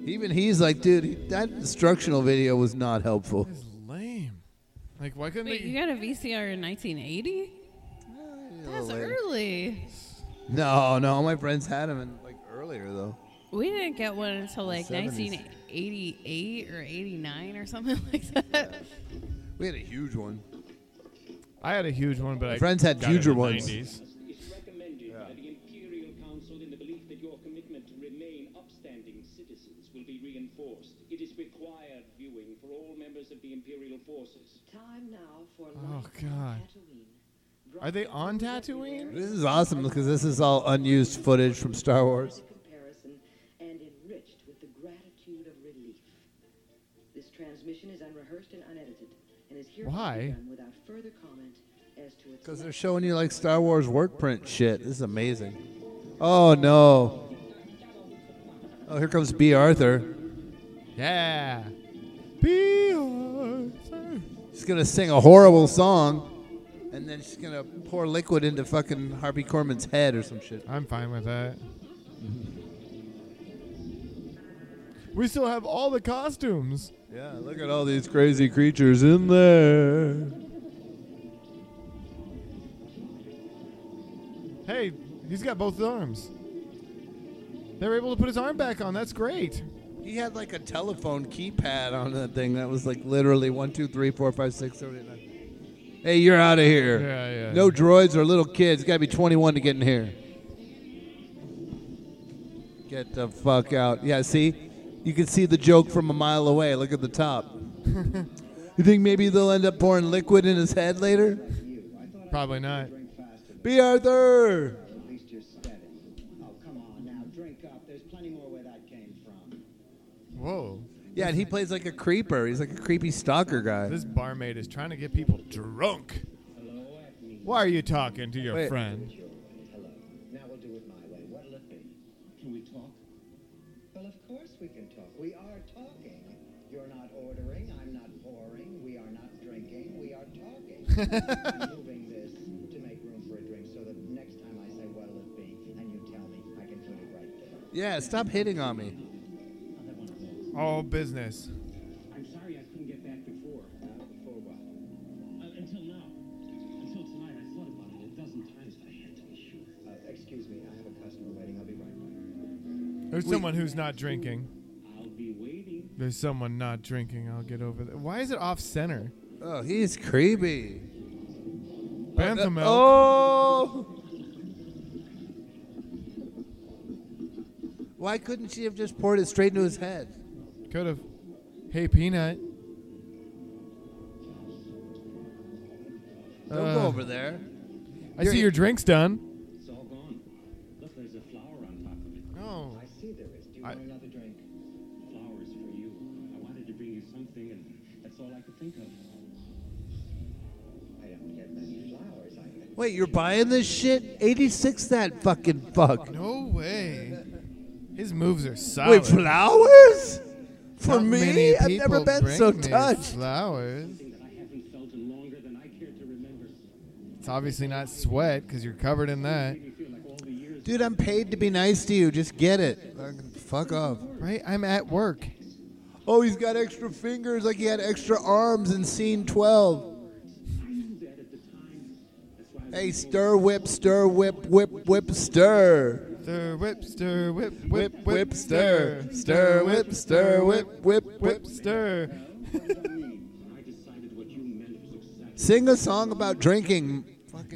Even he's like, dude, that instructional video was not helpful. Lame. Like, why couldn't Wait, they? you got a VCR in 1980? That's early. No, no, my friends had him in like earlier though. We didn't get one until like 70s. 1988 or 89 or something [laughs] like that. We had a huge one. I had a huge one, but My I friends had got it in huger the ones. 90s. It's recommended by the Imperial Council in the belief that your commitment to remain upstanding citizens will be reinforced. It is required viewing for all members of the Imperial forces. Time now for Oh God. Are they on Tatooine? This is awesome because this is all unused footage from Star Wars. comparison and enriched with the gratitude of relief. This transmission is unrehearsed and unedited and is hereby Why? done without further comment as to its Because they're showing you like Star Wars work print shit. This is amazing. Oh no. Oh, here comes B. Arthur. Yeah. Be Arthur. She's gonna sing a horrible song, and then she's gonna pour liquid into fucking Harvey Corman's head or some shit. I'm fine with that. [laughs] We still have all the costumes. Yeah, look at all these crazy creatures in there. Hey, he's got both his arms. They were able to put his arm back on. That's great. He had like a telephone keypad on that thing that was like literally one, two, three, four, five, six, seven, eight, nine. Hey, you're out of here. Yeah, yeah, No yeah. droids or little kids. Got to be 21 to get in here. Get the fuck out. Yeah, see, you can see the joke from a mile away. Look at the [laughs] top. You think maybe they'll end up pouring liquid in his head later? Probably not. B. Arthur. At least you're steady. Oh, come on now, drink up. There's plenty more where that came from. Whoa. Yeah, and he plays like a creeper. He's like a creepy stalker guy. This barmaid is trying to get people drunk. Why are you talking to your Wait. friend? Hello. Now we'll do it my way. What'll it be? Can we talk? Well, of course we can talk. We are talking. You're not ordering. I'm not pouring. We are not drinking. We are talking. [laughs] I'm moving this to make room for a drink so that next time I say what'll it be, and you tell me, I can put it right there. Yeah, stop hitting on me. All business. I'm sorry I couldn't get back before. before what? Uh, until now. Until tonight, I thought about it a dozen times, but I had to be sure. Uh, excuse me, I have a customer waiting. I'll be right There's someone who's not drinking. I'll be waiting. There's someone not drinking. I'll get over that. Why is it off center? Oh, he's creepy. Bantha milk. Oh. Why couldn't she have just poured it straight into his head? oh. Could have. Hey, Peanut. Don't go over there. Uh, I see your drink's done. It's all gone. Look, there's a flower on top of it. No. I see there is. Do you I- want another drink? Flowers for you. I wanted to bring you something, and that's all I could think of. I don't get many flowers. I get Wait, you're buying this shit? 86 that fucking fuck. No way. His moves are solid. Wait, flowers? For Not me? many I've never people been so bring me touched. Flowers. It's obviously not sweat because you're covered in that. Dude, I'm paid to be nice to you. Just get it. Fucking Fuck off. Right? I'm at work. Oh, he's got extra fingers like he had extra arms in scene 12. Hey, stir, whip, stir, whip, whip, whip, stir. Stir, whip, stir, whip, Whip, whip, stir. Stir, whip, stir, whip, whip, whip, stir. Sing a song about drinking.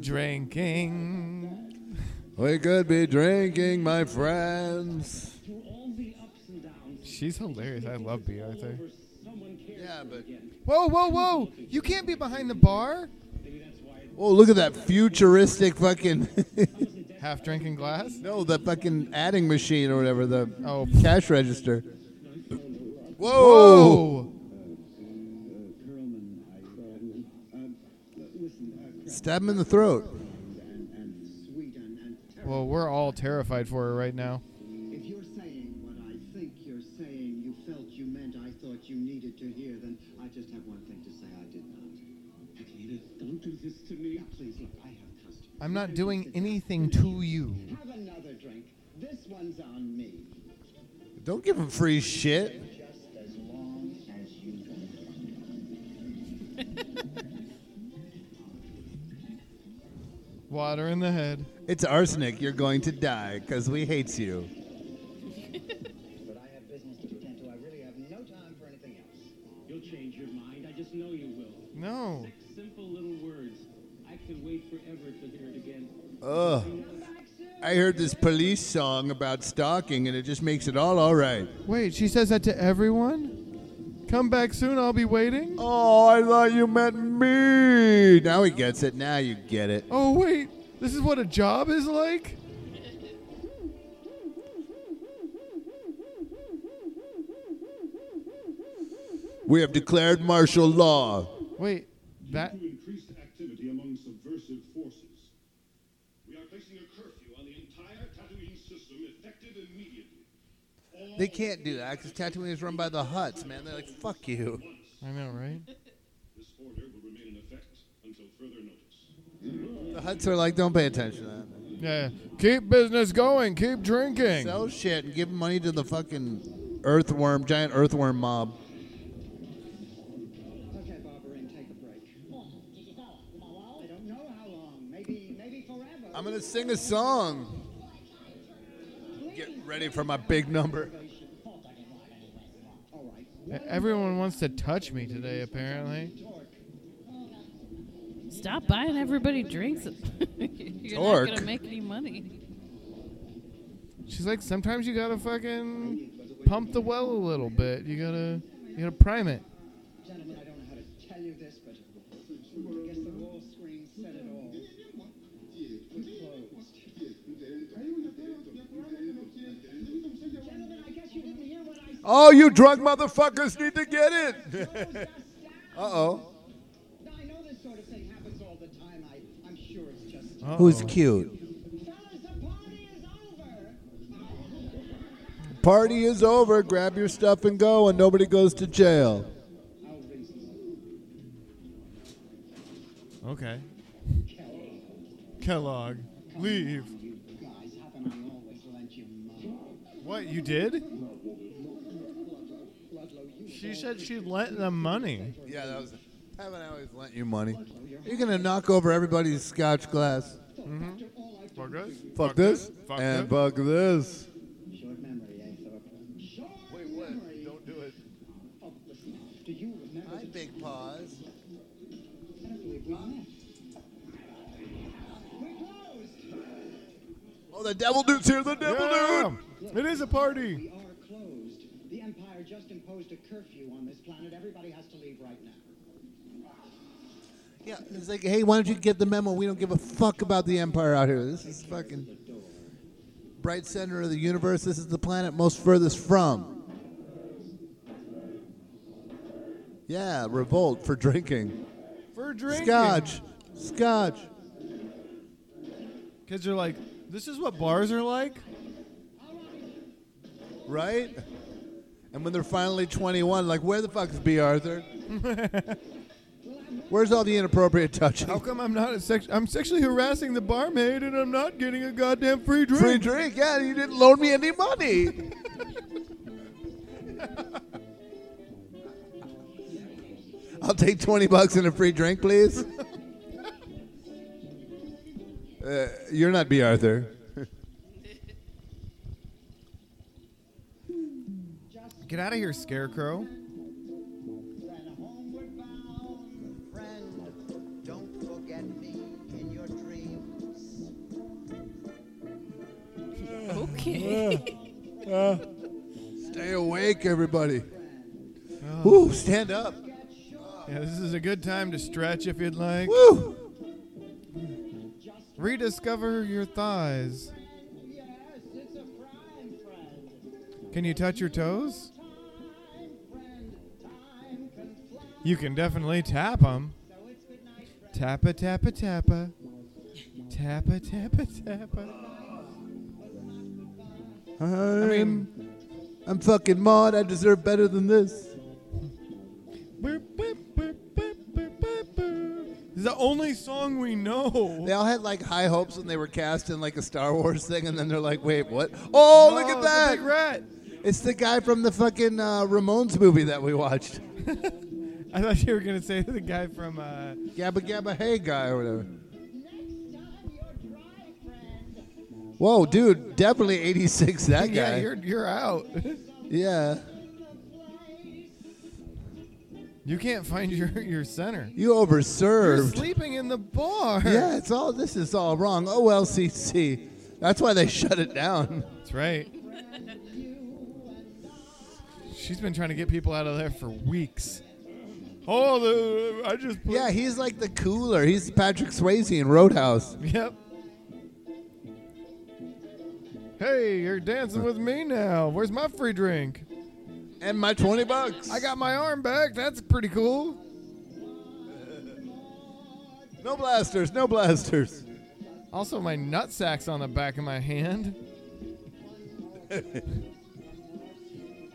Drinking. We could be drinking, my friends. She's hilarious. I love B. Arthur. Yeah, but. Whoa, whoa, whoa! You can't be behind the bar. Oh, look at that futuristic fucking. [laughs] Half drinking glass. no, the fucking adding machine or whatever, the Oh. cash register. Whoa! Curlman, I. Uh, listen, Stab him in the throat. Well, we're all terrified for her right now. If you're saying what I think you're saying, you felt you meant, I thought you needed to hear, then I just have one thing to say I did not. Atlanta, don't do this to me. please, look, I have customers. I'm not doing anything to you. Have another drink. This one's on me. Don't give him free shit. Just as long as you Water in the head. It's arsenic. You're going to die because we hates you. But I have business to attend to. I really have no time for anything else. You'll change your mind. I just know you will. No. Six simple little words. I can wait forever to hear it again. Ugh. I heard this police song about stalking, and it just makes it all all right. Wait, she says that to everyone? Come back soon, I'll be waiting. Oh, I thought you meant me. Now he gets it. Now you get it. Oh, wait, this is what a job is like? We have declared martial law. Wait, that. Due to increased activity among subversive forces, we are placing a curfew on the entire Tatooine system effective immediately. They can't do that because Tatooine is run by the Huts, man. They're like, fuck you. I know, right? This order will remain in effect until further notice. The Huts are like, don't pay attention to that. Yeah. Keep business going. Keep drinking. Sell shit and give money to the fucking earthworm, giant earthworm mob. Okay, Barbara, and take a break. I don't know how long. Maybe, maybe forever. I'm going to sing a song. Get ready for my big number. E- Everyone wants to touch me today, apparently. Stop buying everybody drinks. [laughs] You're Torque. not gonna make any money. She's like, sometimes you gotta fucking pump the well a little bit. You gotta, you gotta prime it. Gentlemen, I don't know how to tell you this, but I guess the wall screen said it all. We're closed. Gentlemen, I guess you didn't hear what I said. Oh, you drunk motherfuckers need to get [laughs] it. uh oh. Now, I know this sort of thing happens all the time. I, I'm sure it's just. Who's cute? Party is over. Grab your stuff and go, and nobody goes to jail. Okay. Kellogg, leave. What, you did? She said she lent them money. Yeah, that was. Haven't I always lent you money? You're gonna knock over everybody's scotch glass. Fuck this. Fuck this and fuck this. Short memory, eh, Thorpe? Short Wait, what? memory. Don't do it. Oh, listen. Do you remember? Hi, Big Paws. I don't believe we met. We're closed. Oh, the devil dude's here. The devil dude. It is a party. We are closed. The Empire just imposed a curfew on this planet. Everybody has to leave right now. Yeah, it's like, hey, why don't you get the memo? We don't give a fuck about the empire out here. This is fucking bright center of the universe. This is the planet most furthest from. Yeah, revolt for drinking. For drinking. Scotch, scotch. Kids are like, this is what bars are like? right? And when they're finally 21, like, where the fuck's B. Arthur? [laughs] Where's all the inappropriate touching? How come I'm not a sex? I'm sexually harassing the barmaid and I'm not getting a goddamn free drink. Free drink? Yeah, you didn't loan me any [laughs] money. I'll take 20 bucks and a free drink, [laughs] please. Uh, you're not B. [laughs] Arthur. Get out of here, Scarecrow. Friend, homeward bound. Friend, don't forget me in your dreams. Okay. Uh, Stay awake, everybody. Oh. Woo, stand up. Yeah, this is a good time to stretch if you'd like. Woo! Rediscover your thighs. Can you touch your toes? You can definitely tap them. Tappa tappa tappa. Tappa tappa tappa. I'm, I'm fucking Maud. I deserve better than this. This is the only song we know. They all had like high hopes when they were cast in like a Star Wars thing, and then they're like, "Wait, what? Oh, look No, at it's a that! big rat. It's the guy from the fucking uh, Ramones movie that we watched. I thought you were gonna say the guy from uh, Gabba Gabba Hey guy or whatever. Whoa, dude, definitely 86 that guy. Yeah, you're you're out. yeah. you can't find your your center. You You're overserved. sleeping in the bar. Yeah, it's all this is all wrong. OLCC. That's why they shut it down. That's right. She's been trying to get people out of there for weeks. Oh, the, I just put, Yeah, he's like the cooler. He's Patrick Swayze in Roadhouse. Yep. Hey, you're dancing with me now. Where's my free drink? And my 20 bucks. I got my arm back. That's pretty cool. No blasters, no blasters. Also, my nutsack's on the back of my hand.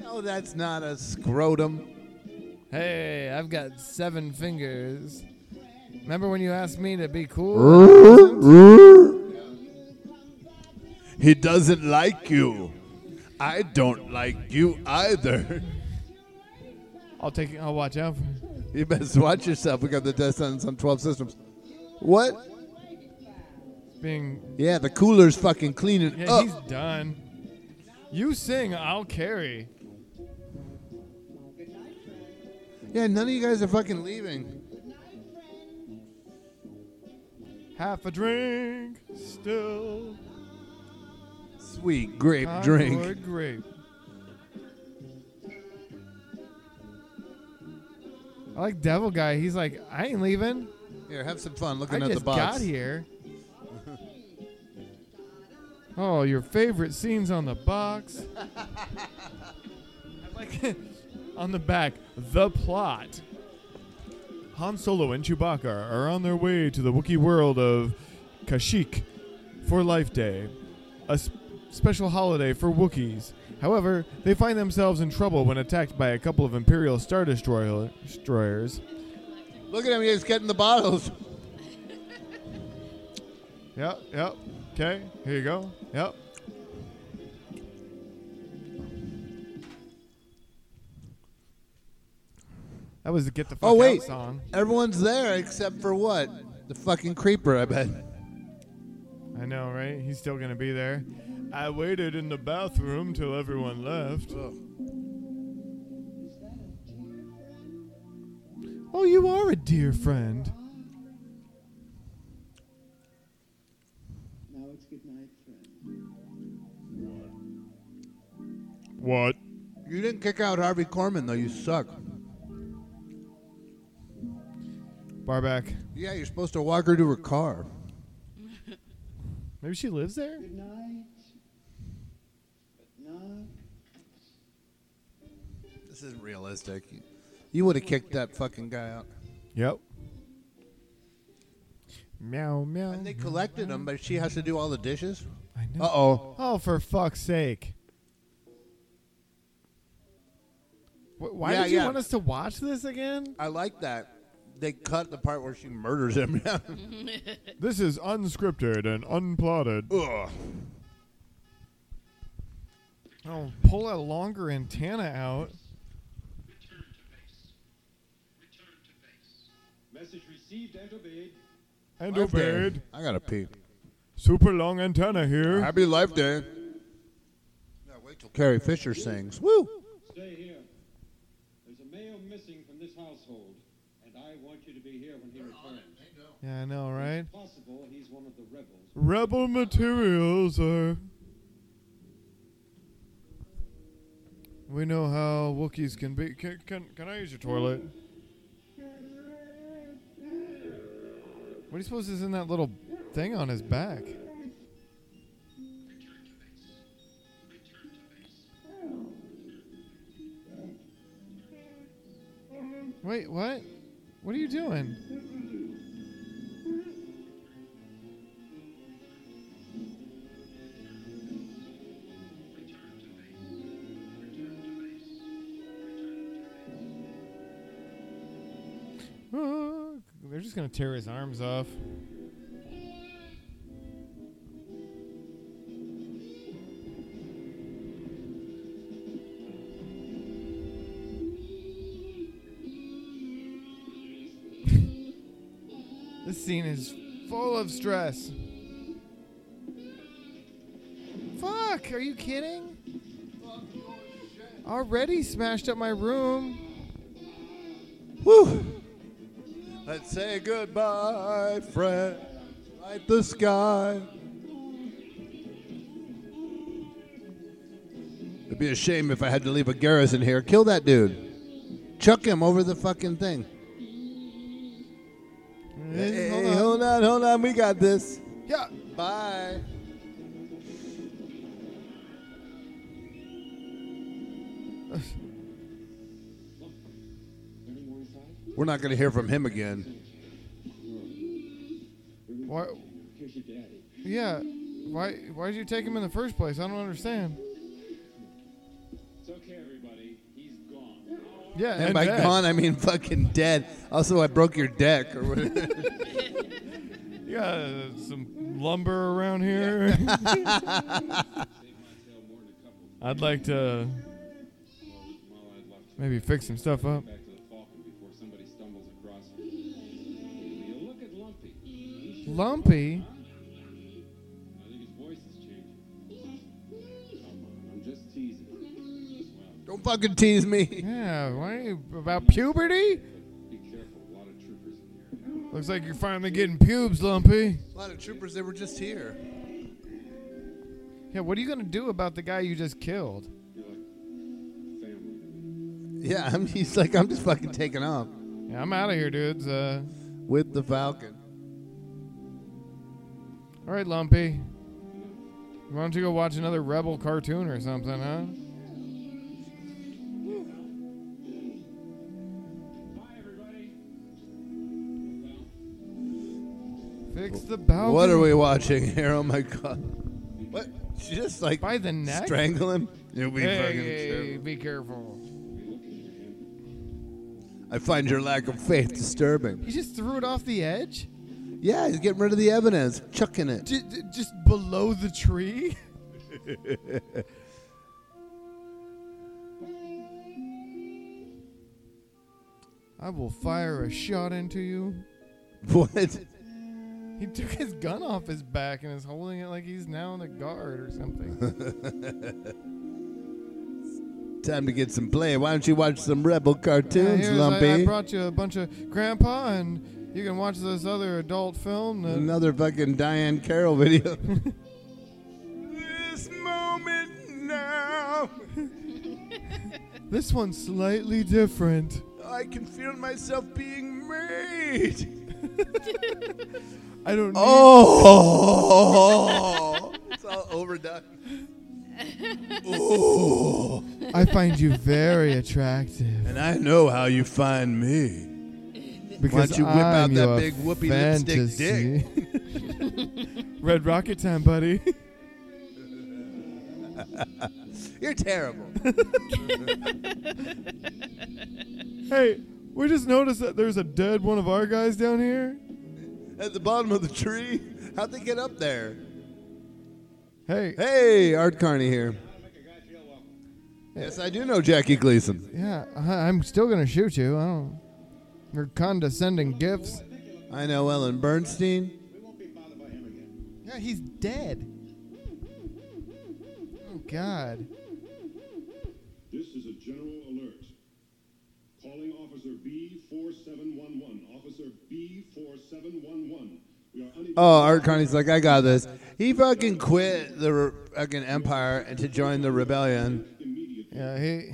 no, that's not a scrotum. Hey, I've got seven fingers. Remember when you asked me to be cool? He doesn't like you. I don't like you either. I'll take. I'll watch out. [laughs] For You best watch yourself. We got the death sentence on 12 systems. What? being Yeah, the cooler's fucking cleaning Yeah, up. he's done. You sing, I'll carry. Yeah, none of you guys are fucking leaving. Half a drink, still. Sweet grape Concord drink. grape. I like Devil Guy. He's like, I ain't leaving. Here, have some fun I looking at just the box. got here. Oh, your favorite scenes on the box. [laughs] I like on the back, the plot. Han Solo and Chewbacca are on their way to the Wookiee world of Kashyyyk for Life Day, a s- special holiday for Wookiees. However, they find themselves in trouble when attacked by a couple of Imperial Star Destroyer- Destroyers. Look at him, he's getting the bottles. Yep, yep. Okay, here you go. Yep. That was the Get the Fuck Oh, wait. Out song. Everyone's there except for what? The fucking creeper, I bet. I know, right? He's still going to be there. I waited in the bathroom till everyone left. Oh, you are a dear friend. Now it's good night, friend. What? You didn't kick out Harvey Korman, though. You suck. Barback. Yeah, you're supposed to walk her to her car. Maybe she lives there? Good night. But not This isn't realistic. You would have kicked that fucking guy out. Yep. Meow, meow. They collected him, but she has to do all the dishes. I know. Uh-oh. Oh, for fuck's sake. Wh- Why Yeah, did you yeah. want us to watch this again? I like that. They cut the part where she murders him. [laughs] This is unscripted and unplotted. Ugh. Oh, pull a longer antenna out. Message received and obeyed. And obeyed. I gotta pee. Super long antenna here. Happy Life Day. Carrie Fisher sings. Woo! Stay here. There's a male missing from this household, and I want you to be here when he returns. Yeah, I know, right? If possible, he's one of the rebels. Rebel materials are. We know how Wookiees can be. Can, can, can I use your toilet? What do you suppose is in that little thing on his back? Wait, what? What are you doing? They're just gonna tear his arms off. this scene is full of stress. Fuck, are you kidding? Already smashed up my room. Woo! Let's say goodbye, friend. Light the sky. It'd be a shame if I had to leave a garrison here. Kill that dude. Chuck him over the fucking thing. Hey, hey, hold, on. hold on, hold on. We got this. Yeah. [laughs] Bye. We're not going to hear from him again. Why? Yeah. Why? Why did you take him in the first place? I don't understand. It's okay, everybody. He's gone. Yeah. And, by dead. gone, I mean fucking dead. Also, I broke your deck or [laughs] whatever. You got uh, some lumber around here. [laughs] I'd like to maybe fix some stuff up. Back to the Falcon before somebody stumbles across her. You look at Lumpy. He sure- Lumpy. I think his voice is changing. Come on, I'm just teasing. Don't fucking tease me. Yeah. Why are you about puberty? Be careful, a lot of troopers in here. Looks like you're finally getting pubes, Lumpy. A lot of troopers, they were just here. Yeah. What are you gonna do about the guy you just killed? Yeah, I'm, he's like, I'm just fucking taking off Yeah, I'm out of here, dudes. Uh, with the Falcon. all right, Lumpy. Why don't you go watch another Rebel cartoon or something, huh? Fix the balcony. What are we watching here? Oh my god. What? She just like By the neck? strangle him? You'll be hey, fucking hey, be careful. I find your lack of faith disturbing. You just threw it off the edge? Yeah, he's getting rid of the evidence, chucking it. J- j- just below the tree? [laughs] I will fire a shot into you. [laughs] what? He took his gun off his back and is holding it like he's now in the guard or something. Time to get some play. Why don't you watch some rebel Yeah, cartoons, here's- I- Lumpy? I, brought you a bunch of grandpa, and you can watch this other adult film. That Another fucking Diane Carroll video. this moment now. this one's slightly different. I can feel myself being made. I don't. Need Oh, it's all overdone. Oh, I find you very attractive and I know how you find me. because Why don't you whip out I'm that your big whoopee lipstick dick? fantasy. [laughs] Red Rocket time, buddy. [laughs] You're terrible. hey, we just noticed that there's a dead one of our guys down here. At the bottom of the tree. How'd they get up there? Hey, Hey, Art Carney here. Yes, I do know Jackie Gleason. yeah, I, I'm still gonna shoot you. I don't. Your condescending gifts. I know Ellen Bernstein. Yeah, he's dead. Oh God. This is a general alert. Calling Officer B4711. Officer B4711. We are unable Oh, Art Carney's like, I got this. He fucking quit the re- fucking empire and to join the rebellion. Yeah, he.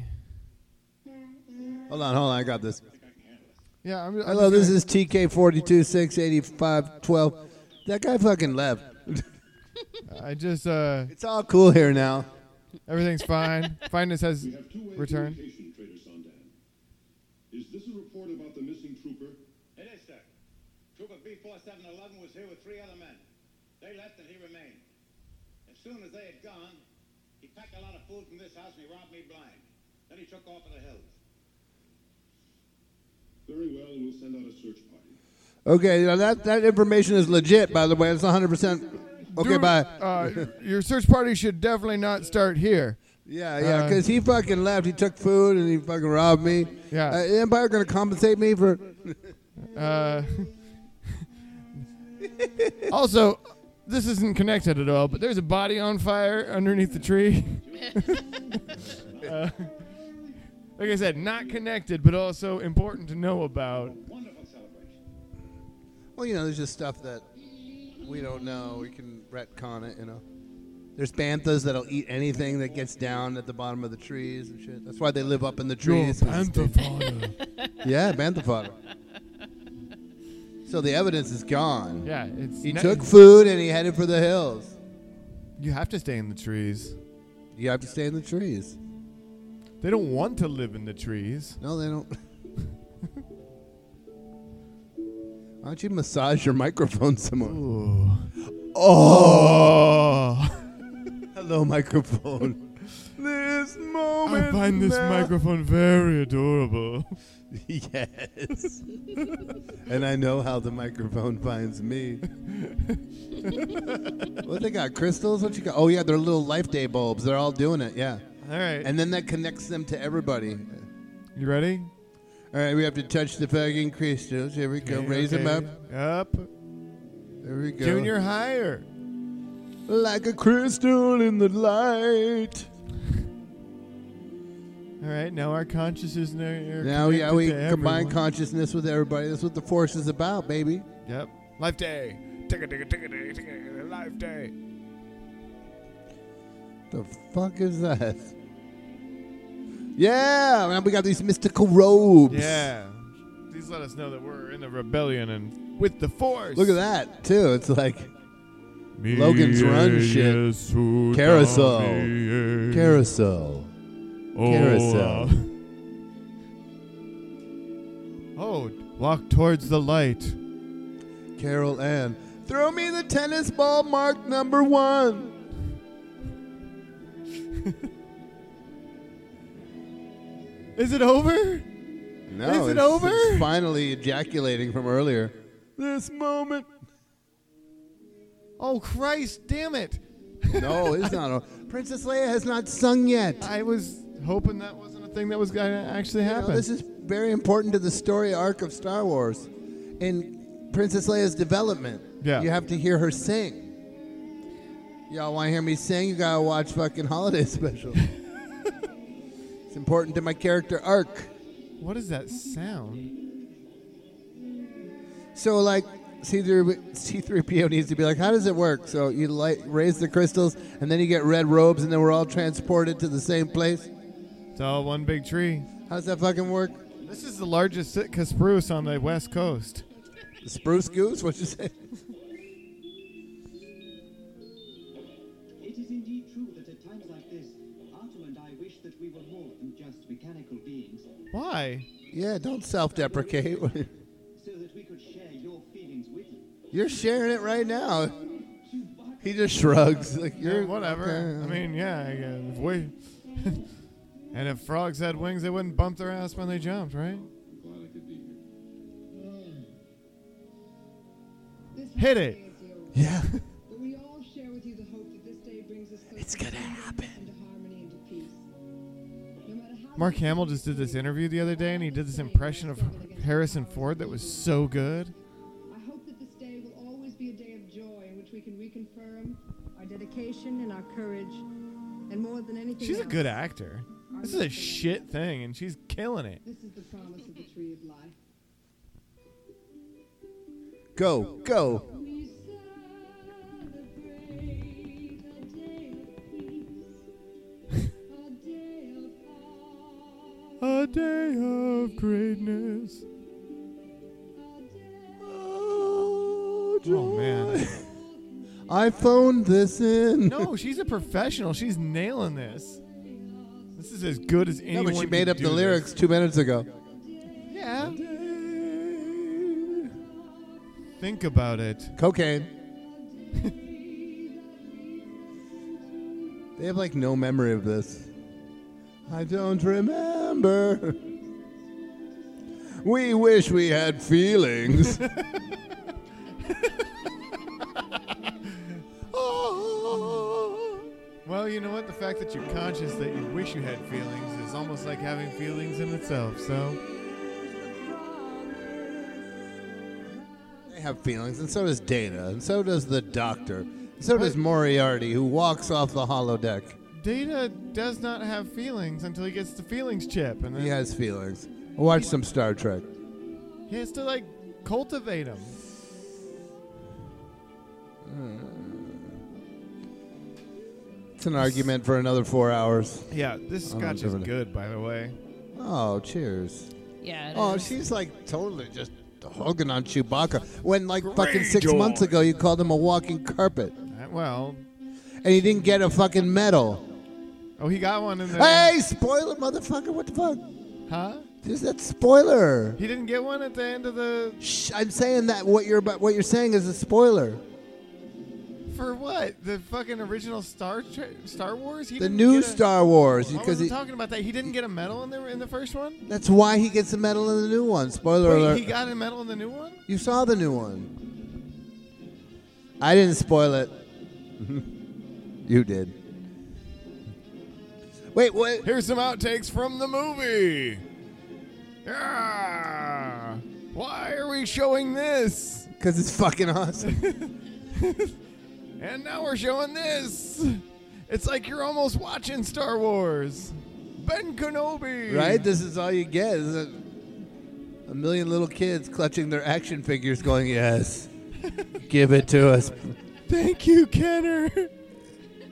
Hold on, hold on, I got this. Yeah, I'm. I'm Hello, just this is TK forty two six eighty five twelve. That guy fucking left. [laughs] gonna- I just. Uh, It's all cool here now. everything's [laughs] fine. Fineness has returned. communication, Trader Sondan. Is this a report about the missing trooper? It is, sir. Trooper B4711 was here with three other men. They left and he remained. As soon as they had gone, he packed a lot of food from this house and he robbed me blind. Then he took off for the hills. Very well, we'll send out a search party. Okay, now that, that information is legit, by the way. It's 100%. Okay, Dude, bye. Uh, your search party should definitely not start here. Yeah, uh, yeah, because he fucking left. He took food and he fucking robbed me. Yeah. Uh, Empire going to compensate me for. Uh, [laughs] also, this isn't connected at all, but there's a body on fire underneath [laughs] the tree. Uh, like I said, not connected, but also important to know about. Well, you know, there's just stuff that we don't know. We can retcon it, you know. There's banthas that'll eat anything that gets down at the bottom of the trees and shit. That's why they live up in the trees. yeah, bantha fodder. So the evidence is gone. Yeah, it's he ne- took food and he headed for the hills. You have to stay in the trees. You have to stay in the trees. They don't want to live in the trees. No, they don't. [laughs] Why don't you massage your microphone some more? Oh. Hello, microphone. [laughs] This moment. [laughs] I find this microphone very adorable. [laughs] yes. and I know how the microphone finds me. [laughs] what they got? Crystals? What you got? Oh yeah, they're little life day bulbs. They're all doing it. Yeah. All right. And then that connects them to everybody. You ready? All right, we have to touch the fucking crystals. Here we go. Okay, Raise them up. okay. Up. There we go. Junior higher. Like a crystal in the light. All right, now our consciousness. Are Now yeah, we connected to combine everyone. consciousness with everybody. That's what the force is about, baby. Yep. Life day. Ticka ticka ticka ticka ticka. Life day. The fuck is that? Yeah, now we got these mystical robes. Yeah. These let us know that we're in a rebellion and with the force. Look at that too. It's like Logan's Run shit. Carousel. Carousel. Oh, Carousel. [laughs] Oh, walk towards the light. Carol Ann. Throw me the tennis ball marked number one. Is it over? No, Is it it's- over? [laughs] It's finally ejaculating from earlier. This moment. Oh Christ, damn it! No, it's not. over. [laughs] Princess Leia has not sung yet. I was hoping that wasn't a thing that was gonna actually You know, happen. this is very important to the story arc of Star Wars, in Princess Leia's development. Yeah. you have to hear her sing. Y'all want to hear me sing? You gotta watch fucking Holiday [laughs] Special. it's important to my character arc. what is that sound? So like C3 C3PO needs to be like, how does it work? So you light raise the crystals and then you get red robes and then we're all transported to the same place. It's all one big tree. How does that fucking work? This is the largest Sitka spruce on the west coast. Spruce goose? What you say? It is indeed true that at times like this, Arthur and I wish that we were more than just mechanical beings, Why? Yeah, don't self-deprecate. so that we could share your feelings with you. You're sharing it right now. He just shrugs like Yeah, you're whatever. okay. I mean, yeah. I guess. If we, [laughs] and if frogs had wings, they wouldn't bump their ass when they jumped, right? Hit it. Yeah. But we all share with you the hope that this day brings us closer it's gonna happen. into harmony and to peace. No matter how Mark Hamill just did this interview the other day, and he did this impression of Harrison Ford that was so good. I hope that this day will always be a day of joy in which we can reconfirm our dedication and our courage, and more than anything, She's a else, good actor. This is a shit thing, and she's killing it. This is the promise of the tree of life. Go, go. A day of greatness. Oh man. [laughs] I phoned this in. No, she's a professional. She's nailing this. This is as good as No, anyone. but she could made up do the this. lyrics two minutes ago. Yeah. Think about it. Cocaine. they have like no memory of this. I don't remember. We wish we had feelings. Ah. Well, you know what? The fact that you're conscious that you wish you had feelings is almost like having feelings in itself, so. They have feelings, and so does Dana, and so does the doctor, and so does Moriarty, who walks off the holodeck. Data does not have feelings until he gets the feelings chip, and then He has feelings. Watch some Star Trek. he has to, like, cultivate them. It's an argument for another four hours. Yeah, this I'm scotch is doing it. good, by the way. Oh, cheers. Yeah. it Oh, is. she's like totally just hugging on Chewbacca when, like, fucking six Great months joy. ago you called him a walking carpet. Uh, Well, And he didn't get a fucking medal. oh, he got one in there. Hey, spoiler, motherfucker! What the fuck? Huh? There's that spoiler. He didn't get one at the end of the. Shh, I'm saying that what you're about, what you're saying is a spoiler. For what? The fucking original Star Trek, Star Wars? He The didn't new get a- Oh, Star Wars, I because he, wasn't talking about that. He didn't get a medal in the in the first one. that's why he gets a medal in the new one. Spoiler Wait, alert! he got a medal in the new one. you saw the new one. I didn't spoil it. [laughs] you did. Wait, what? Here's some outtakes from the movie. Yeah. Why are we showing this? Because it's fucking [laughs] awesome. And now we're showing this. It's like you're almost watching Star Wars. Ben Kenobi. right? This is all you get. This is a, a million little kids clutching their action figures going, yes, give it to us. Thank you, Kenner.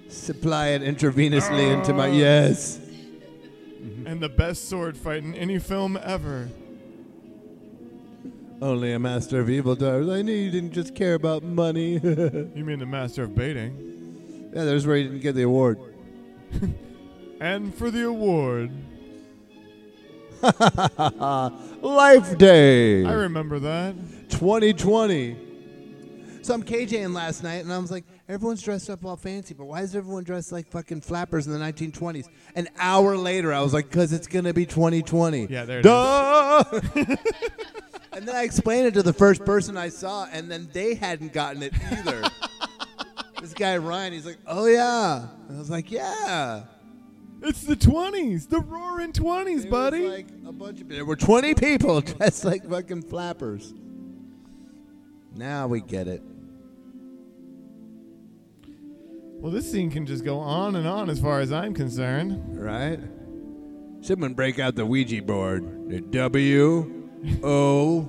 Supply it intravenously into my, yes. and the best sword fight in any film ever. Only a master of evil does. I knew you didn't just care about money. [laughs] yeah, You mean the master of baiting? there's where you didn't get the award. And for the award, Life Day I remember that. 2020. So I'm KJing last night, and I was like, everyone's dressed up all fancy, but why is everyone dressed like fucking flappers in the 1920s? An hour later, I was like, because it's going to be 2020. Yeah, there it Duh! [laughs] and then I explained it to the first person I saw, and then they hadn't gotten it [laughs] either. this guy, Ryan, he's like, oh, yeah. And I was like, yeah. It's the 20s, the roaring 20s, buddy. like a bunch of There were 20 people [laughs] dressed like fucking flappers. Now we get it. Well, this scene can just go on and on as far as I'm concerned. Right? Someone break out the Ouija board. The W O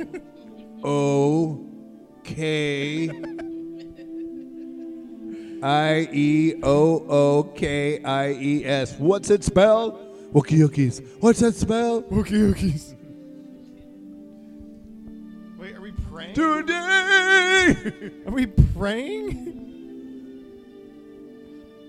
O K I E O O K I E S. What's it spelled? Wookie Yookies. What's that spell? Wookie Yookies. Wait, are we praying? Today! Are we praying?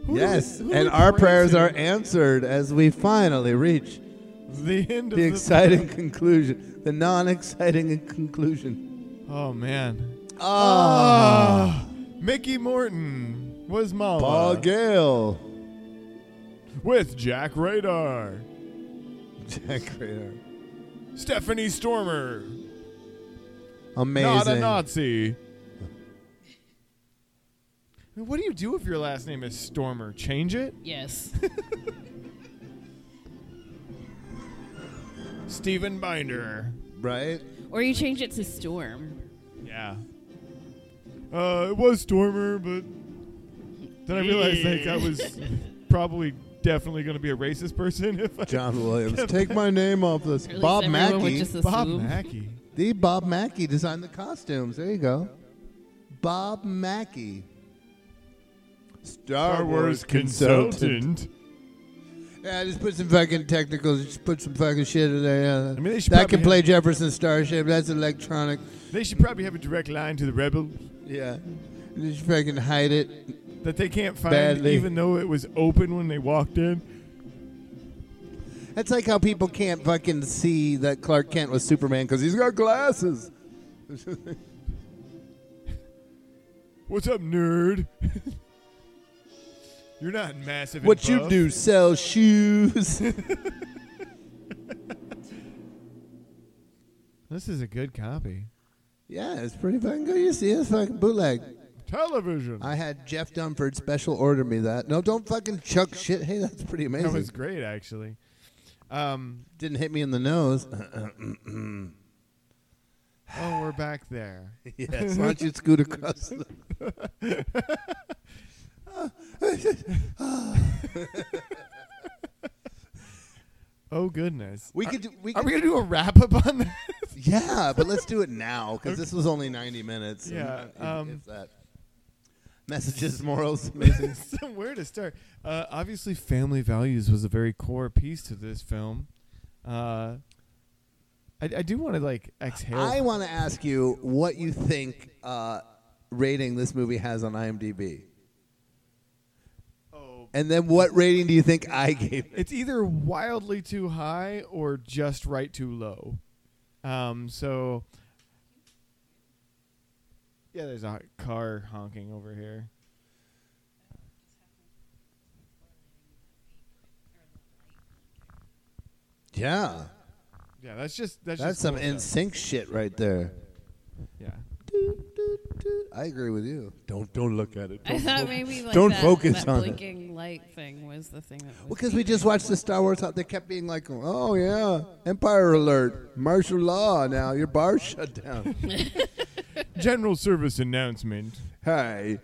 Who do yes, we- who do and we our pray prayers to? are answered as we finally reach the end of the exciting conclusion, the non exciting conclusion. Oh man. Ah. Mickey Morton was Mala Paul Gale. with Jack Radar, Jack Rader. Stephanie Stormer, Amazing. not a Nazi. I mean, What do you do if your last name is Stormer? Change it? Yes. [laughs] Stephen Binder. Right? or you change it to Storm. Yeah. Uh, it was Stormer, but then I realized like I was probably definitely going to be a racist person if I John [laughs] Williams. Take my name off this. Or at least Bob everyone would Mackey. just Bob assume. Mackey. The Bob Mackey designed the costumes. There you go. Bob Mackey. Star Wars consultant. Yeah, just put some fucking technicals. Just put some fucking shit in there. Yeah. I mean, they should that can probably play have- Jefferson Starship. That's electronic. They should probably have a direct line to the rebels Yeah. Just fucking hide it. that they can't find, Badly. even though it was open when they walked in. That's like how people can't fucking see that Clark Kent was Superman because he's got glasses. What's up, nerd? [laughs] You're not massive. and What you buff. do, sell [laughs] shoes. This is a good copy. Yeah, it's pretty fucking good. You see, it's fucking bootleg. Television. I had Jeff Dunford special order me that. No, don't fucking chuck shit. Hey, that's pretty amazing. That was great, actually. Um, Didn't hit me in the [laughs] nose. oh, we're back there. yes, [laughs] why don't you scoot across [laughs] the. oh goodness. We Are- could do- we are could- we gonna do a wrap up [laughs] on this? yeah, but let's [laughs] do it now because this was only 90 minutes. and Yeah, if- um, if that. Messages, morals, [laughs] amazing. So where to start? Uh, obviously, family values was a very core piece to this film. Uh, I, I do want to like exhale. I want to ask you what you think uh, rating this movie has on IMDb. Oh. And then what rating do you think I gave it? It's either wildly too high or just right too low. Um, so yeah, there's a car honking over here. Yeah. Yeah, that's just that's, That's, just some cool in stuff. sync shit right there. Yeah. I agree with you. Don't don't look at it. [laughs] [laughs] I Don't thought fo- maybe like don't that, focus that on it. blinking light thing was the thing that. Was Because we just watched the Star Wars, they kept being like, "Oh yeah, Empire alert, martial law now, your bar's [laughs] shut down." General service announcement. Hi.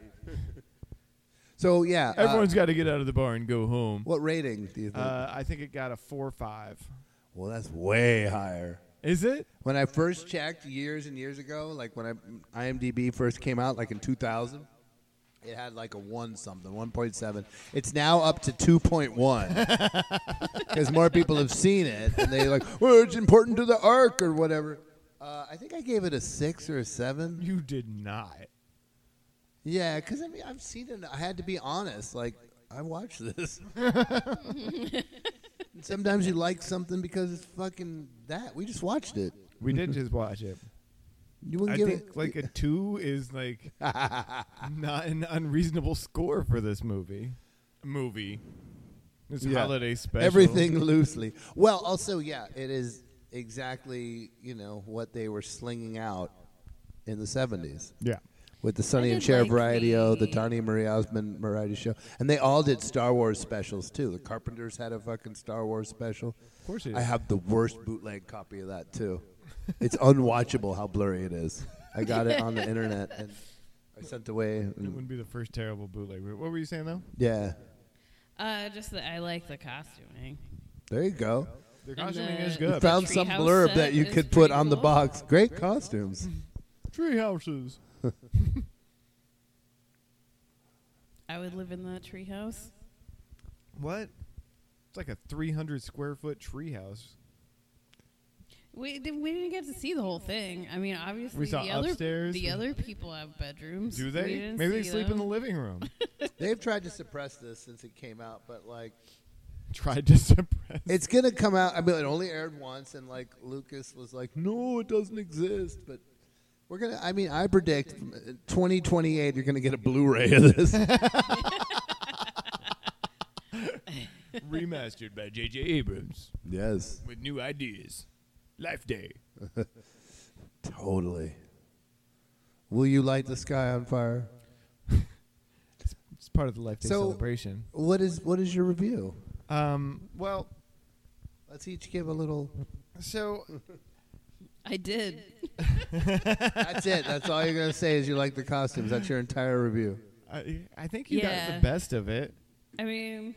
So yeah, uh, Everyone's got to get out of the bar and go home. What rating do you think? Uh, I think it got a four or five. well, that's way higher. Is it? When I first checked years and years ago, like when I, IMDb first came out, like in 2000, it had like a one something, 1.7. It's now up to 2.1 because more people have seen it and they like, well, it's important to the arc or whatever. Uh, I think I gave it a six or a seven. You did not. Yeah, because I mean, I've seen it. I had to be honest. Like, I watched this. Sometimes you like something because it's fucking that. We just watched it. We did just [laughs] watch it. You wouldn't I give think it [laughs] like a two is like not an unreasonable score for this movie. Movie. It's Yeah. holiday special. Everything loosely. Well, also, yeah, it is exactly you know what they were slinging out in the seventies. Yeah. With the Sonny I and did Cher like variety o, the Donnie Marie Osmond variety show, and they all did Star Wars specials too. The Carpenters had a fucking Star Wars special. Of course they I did. have the worst bootleg copy of that too. it's unwatchable how blurry it is. I got it [laughs] on the internet and I sent away. It And, wouldn't be the first terrible bootleg. What were you saying though? yeah, Uh, just that I like the eh? costuming. there you go. The And costuming the- is You good. found some treehouse blurb set that you is could pretty put on the cool. box. Great costumes. Tree houses. I would live in that treehouse. What? It's like a 300 square foot tree house. We did, we didn't get to see the whole thing. I mean, obviously saw the other upstairs. the other people have bedrooms. Do We they? didn't Maybe they see sleep in them. the living [laughs] room. They've tried to suppress this since it came out, but like Tried to suppress. it's gonna come out. I mean, it only aired once, and like Lucas was like, "No, it doesn't exist." But we're gonna. I mean, I predict uh, twenty twenty eight, you're gonna get a Blu-ray of [laughs] this. Remastered by J.J. Abrams yes, with new ideas. Life Day. totally. Will you light the sky on fire? It's part of the Life Day So- celebration. What is what is your review? Um, well, Let's each give a little. so I did. That's it. That's all you're gonna say is you like the costumes. That's your entire review. [laughs] I, I think you got Yeah. the best of it. I mean,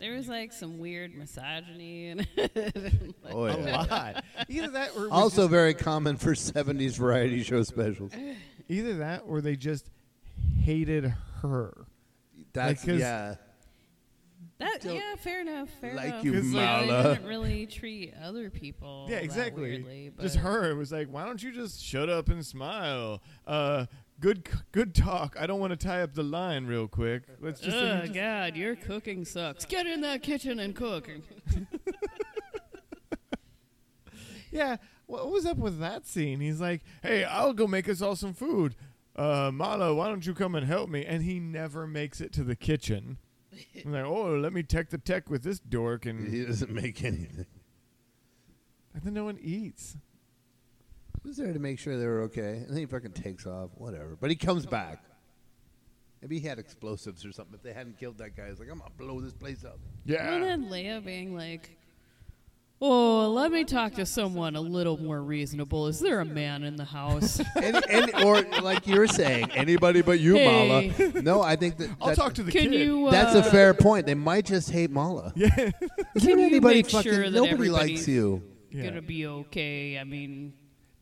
there was like some weird misogyny [laughs] in it. Oh, yeah. A lot. Either that or it was Also just- very common for '70s variety show specials. Either that or they just hated her. That's Like, 'cause yeah. That yeah, fair enough. Fair Like enough. you, 'Cause, like, Mala. They didn't really treat other people. Yeah, that exactly. weirdly, but just her. It was like, why don't you just shut up and smile? Uh, good, c- good talk. I don't want to tie up the line real quick. Let's just. oh just- God, your cooking sucks. Get in that kitchen and cook. yeah. What was up with that scene? He's like, hey, I'll go make us all some food. Uh, Mala, why don't you come and help me? And he never makes it to the [laughs] kitchen. I'm like, oh, let me tech the tech with this dork, Mm-hmm. and He doesn't make anything. and then no one eats. was there to make sure they were okay, and then he fucking takes off. Whatever. But he comes back. Maybe he had explosives or something. If they hadn't killed that guy, he's like, I'm gonna blow this place up. And then Leia being like, "Oh, let me talk to someone a little more reasonable. Is there a man in the house?" [laughs] and, or like you were saying, anybody but you, Hey. Mala. No, I think that I'll that- talk to the Can kid. [laughs] you, That's a uh, fair point. They might just hate Mala. Yeah. Can you anybody make fucking- sure that nobody everybody's likes [laughs] you. Yeah. Gonna be okay. I mean,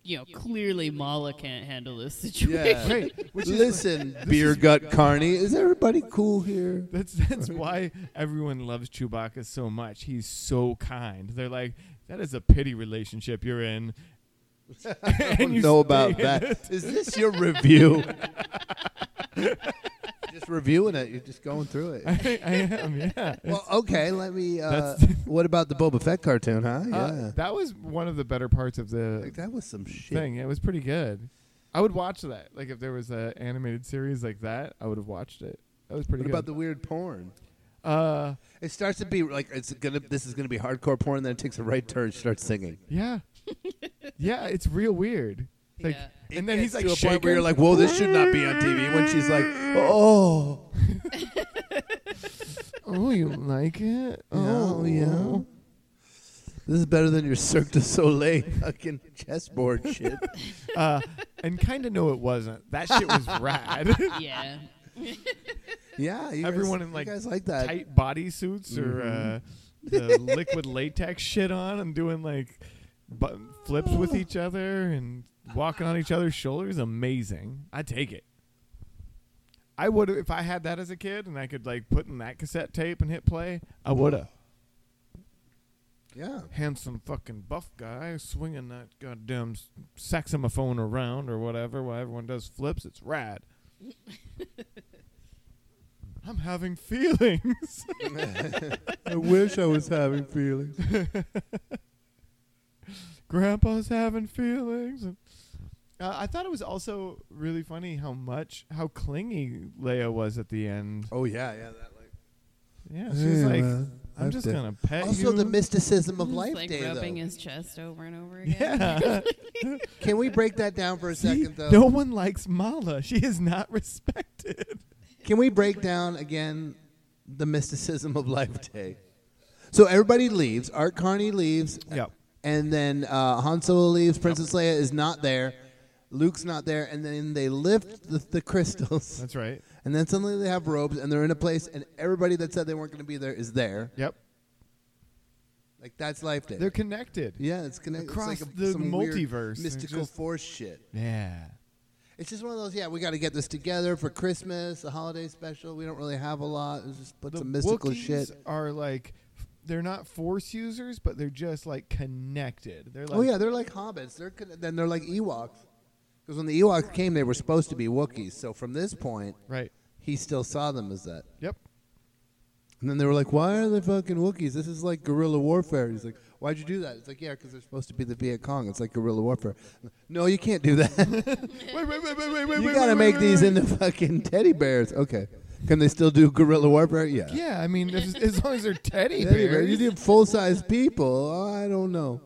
you know, clearly Mala can't handle this [laughs] situation. Listen, beer gut Carney, is everybody cool here? That's that's why everyone loves Chewbacca so much. He's so kind. They're like, that is a pity relationship you're in. [laughs] I don't And you know stay about in that. it. Is this your [laughs] review? just reviewing it. You're just going through [laughs] it. I, I am, yeah. Well, okay. Let me. Uh, That's- [laughs] what about the Boba Fett cartoon? Huh? Yeah. Uh, that was one of the better parts of the. Like, that was some shit. Thing. It was pretty good. I would watch that. Like if there was an animated series like that, I would have watched it. That was pretty what good. about the weird porn? Uh, it starts to be like it's gonna. This is gonna be hardcore porn. Then it takes a right turn. She starts singing. yeah. [laughs] yeah, it's real weird. Like, And then he's like to a point shaking. where you're like, "Whoa, this should not be on TV." When she's like, "Oh, Oh, you [laughs] like it? oh yeah, this is better than your Cirque du Soleil fucking chessboard shit." uh, and kind of no, it wasn't. That shit [laughs] was rad. [laughs] yeah. Yeah, you guys- everyone in you like guys like that. tight body suits or uh, the liquid latex shit on and doing like button flips with each other and walking on each other's shoulders. Amazing. I take it. I would if I had that as a kid and I could like put in that cassette tape and hit play. I woulda. Yeah. Handsome fucking buff guy swinging that goddamn s- saxophone around or whatever while everyone does flips. It's rad. I'm having feelings. [laughs] I wish I was having feelings. Grandpa's having feelings. And, uh, I thought it was also really funny how much how clingy Leia was at the end. Oh yeah, yeah, that like yeah. She's Yeah, like, well, I'm I've just done- gonna pet [laughs] you. Also, the mysticism of Just, Life like Day, rubbing though. his chest over and over again. [laughs] Yeah. Can [laughs] we break that down for a second, though? no one likes Mala. She is not [laughs] respected. Can we break down again the mysticism of Life Day? So everybody leaves. Art Carney leaves. Yep. And then uh, Han Solo leaves. Princess Leia is not there. Luke's not there. And then they lift the, the crystals. That's right. And then suddenly they have robes and they're in a place, and everybody that said they weren't going to be there is there. Yep. Like that's Life Day. They're connected. Yeah, it's connected It's across like a- the some weird multiverse. They're mystical just- force shit. Yeah. It's just one of those. Yeah, we got to get this together for Christmas, the holiday special. We don't really have a lot. It's just put the some mystical Wookiees shit. Are like they're not force users, but they're just like connected. They're like oh yeah, they're like hobbits. They're con- then they're like Ewoks. Because when the Ewoks came, they were supposed to be Wookiees. So from this point, right, he still saw them as that. Yep. And then they were like, "Why are they fucking Wookiees? This is like guerrilla warfare." He's like, "Why'd you do that?" It's like, "Yeah, because they're supposed to be the Viet Cong. It's like guerrilla warfare." No, you can't do that. [laughs] wait, wait, wait, wait, wait, wait. you wait, gotta wait, make wait, these wait. into fucking teddy bears. Okay. Can they still do guerrilla warfare? Yeah. Yeah, I mean, if, as long [laughs] as they're teddy Teddy bear. bears, You did full size people. I don't know.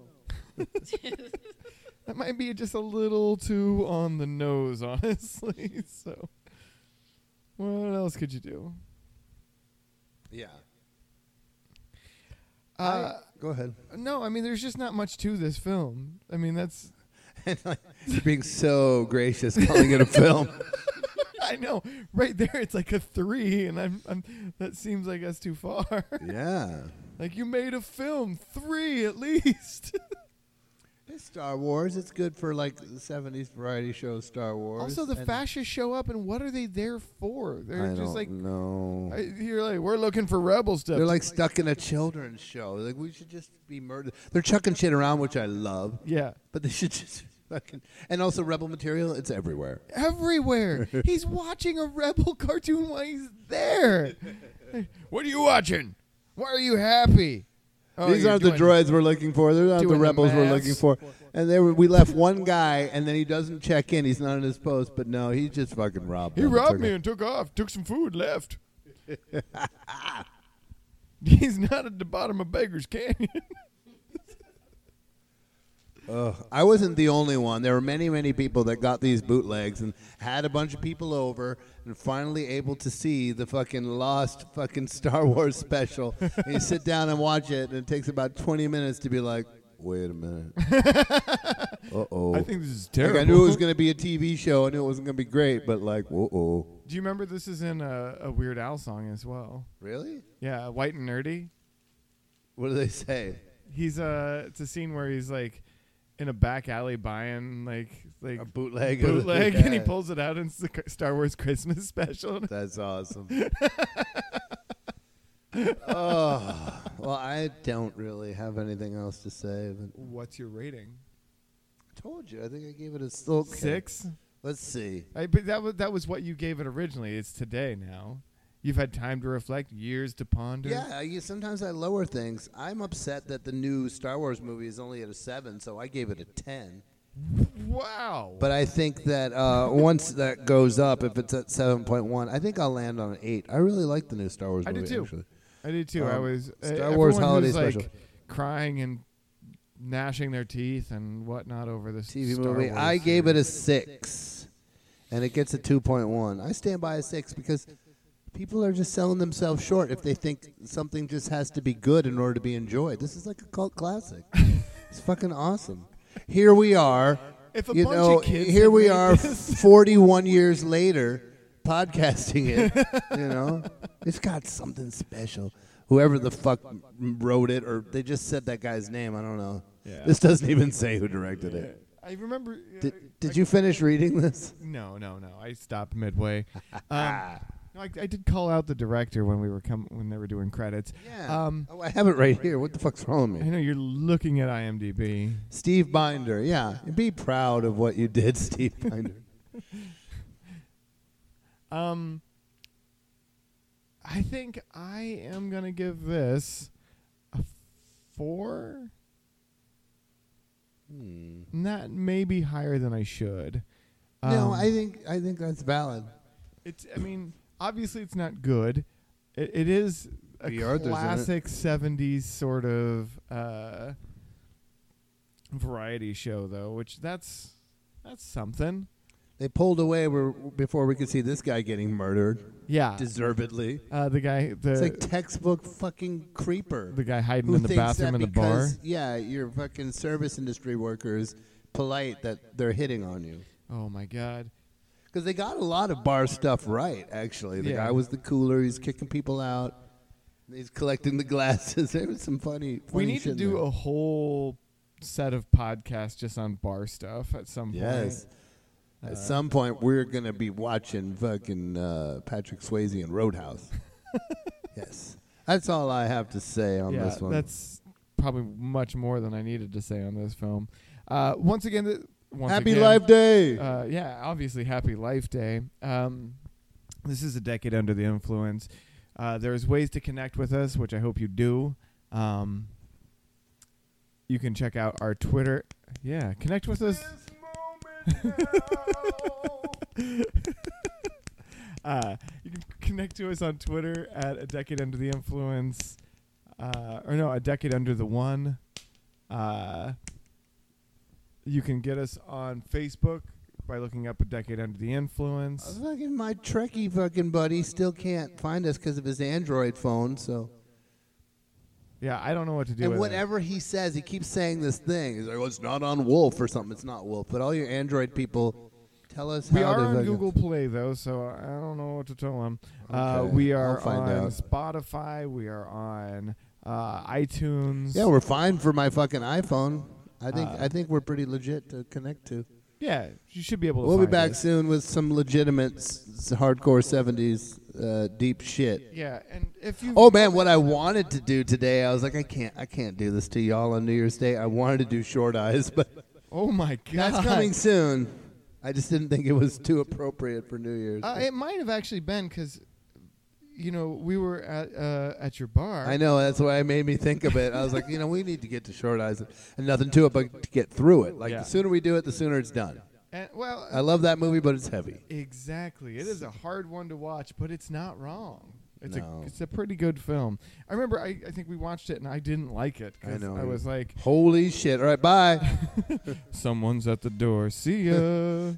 that might be just a little too on the nose, [laughs] honestly. So, what else could you do? Yeah. Uh, Go ahead. no, I mean, there's just not much to this film. I mean, that's [laughs] You're being so gracious calling it a [laughs] film. I know, right there, it's like a three, and I'm, I'm that seems like that's too far. [laughs] yeah. Like you made a film, three at least. [laughs] It's Star Wars. It's good for like the 70s variety show Star Wars. also, the and- fascists show up, and what are they there for? They're I just don't like, know. I- you're like, we're looking for rebel stuff. They're like stuck in a children's show. Like we should just be murdered. They're chucking shit around, which I love. Yeah. But they should [laughs] just fucking. And also, rebel material. It's everywhere. [laughs] everywhere. he's watching a rebel [laughs] cartoon while he's there. [laughs] what are you watching? Why are you happy? Oh, These you're aren't the doing- droids we're looking for. They're not the doing the rebels we're maths. looking for. And they were, we left one guy, and then he doesn't check in. He's not in his post. But no, he just fucking robbed. He them and robbed took me it. and took off. Took some food, [laughs] left. [laughs] he's not at the bottom of Beggar's Canyon. Ugh. I wasn't the only one. There were many, many people that got these bootlegs and had a bunch of people over and finally able to see the fucking lost fucking [laughs] Star Wars special. and you sit down and watch it, and it takes about 20 minutes to be like, wait a minute. [laughs] uh oh. I think this is I knew it was terrible. going to be a TV show. I knew it wasn't going to be great, but like, uh oh. Do you remember this is in a, a Weird Al song as well? Really? Yeah, White and Nerdy. What do they say? He's uh, it's a scene where he's like in a back alley buying like like a bootleg of the- bootleg, and he yeah. pulls it out and it's the Cr- Star Wars Christmas [laughs] special. That's [laughs] awesome. oh, well, I don't really have anything else to say. But What's your rating? told you, I think I gave it a still six. Let's see. I, but that was that was what you gave it originally. It's today now. You've had time to reflect, years to ponder. Yeah, I, you- sometimes I lower things. I'm upset that the new Star Wars movie is only at a seven, so I gave it a ten. Wow. But I think that uh, once that goes up, if it's at seven point one, I think I'll land on an eight. I really like the new Star Wars I movie. did too. Actually. I did too. I Um, was uh, Star Wars everyone Holiday who's, like, Special. crying and gnashing their teeth and whatnot over this TV Star movie. Wars I gave it series. a six, and it gets a two point one. I stand by a six because people are just selling themselves short if they think something just has to be good in order to be enjoyed. This is like a cult [laughs] classic. it's fucking awesome. Here we are. If a you bunch know, of kids here had we made are, this. forty one years later, podcasting it. you [laughs] know, it's got something special. Whoever the fuck wrote it, or they just said that guy's name. I don't know. Yeah. This doesn't even say who directed it. I remember. uh, Did, did you finish reading this? No, no, no. I [laughs] stopped midway. Um, no, I, I did call out the director when we were com- when they were doing credits. Yeah. Um, oh, I have it right here. What the fuck's wrong with I me? know you're looking at IMDb. Steve Binder. Yeah. Be proud of what you did, [laughs] Steve Binder. Um, I think I am gonna give this a four. Hmm. Not maybe higher than I should. no, Um, I think I think that's valid. It's. I mean, obviously, it's not good. It, it is a The Arthur's in it. classic '70s sort of uh, variety show, though, which that's that's something. They pulled away where, before we could see this guy getting murdered. Yeah. Deservedly. Uh, the guy, the it's like textbook fucking creeper. the guy hiding Who in the thinks bathroom that in the bar. because, Yeah, you're fucking service industry workers polite that they're hitting on you. Oh my god. Because they got a lot of bar stuff right, actually. The Yeah. guy was the cooler. He's kicking people out. He's collecting the glasses. [laughs] There was some funny. We funny need shit to in do there. a whole set of podcasts just on bar stuff at some Yes. point. Uh, At some point, we're gonna be watching fucking uh, Patrick Swayze and [laughs] Roadhouse. yes, that's all I have to say on yeah, this one. that's probably much more than I needed to say on this film. Uh, once again, th- once Happy again, Life Day. Uh, yeah, obviously, Happy Life Day. Um, this is a decade under the influence. Uh, there's ways to connect with us, which I hope you do. Um, you can check out our Twitter. Yeah, connect with us. [laughs] uh, you can connect to us on Twitter at a decade under the influence, uh, or no, a decade under the one. Uh, you can get us on Facebook by looking up a decade under the influence. fucking my Trekkie fucking buddy still can't find us because of his Android phone. So Yeah, I don't know what to do. and with that. whatever he says, he keeps saying this thing. He's like, "Oh, it's not on Wolf or something. It's not Wolf." But all your Android people, tell us We how are to on fucking- Google Play though, so I don't know what to tell them. Uh, Okay, we I'll are find on out. Spotify. We are on uh, iTunes. Yeah, we're fine for my fucking iPhone. I think Uh, I think we're pretty legit to connect to. yeah. You should be able to. We'll be find back us. soon with some legitimate s- s- hardcore '70s uh, deep shit. Yeah, and if you Oh man, what I wanted to do today, I was like, I can't, I can't do this to y'all on New Year's Day. I wanted to do short eyes, [laughs] but oh my god, that's coming soon. I just didn't think it was too appropriate for New Year's. Uh, it might have actually been because, you know, we were at uh, at your bar. I know that's why it made me think of it. I was like, you know, we need to get to short eyes and nothing to it, but to get through it. Like Yeah. the sooner we do it, the sooner it's done. And, well, I love that movie, but it's heavy. Exactly. It is a hard one to watch, but it's not wrong. It's No. a it's a pretty good film. I remember I, I think we watched it and I didn't like it. 'cause I was like, holy shit! All right, bye. [laughs] someone's at the door. See ya.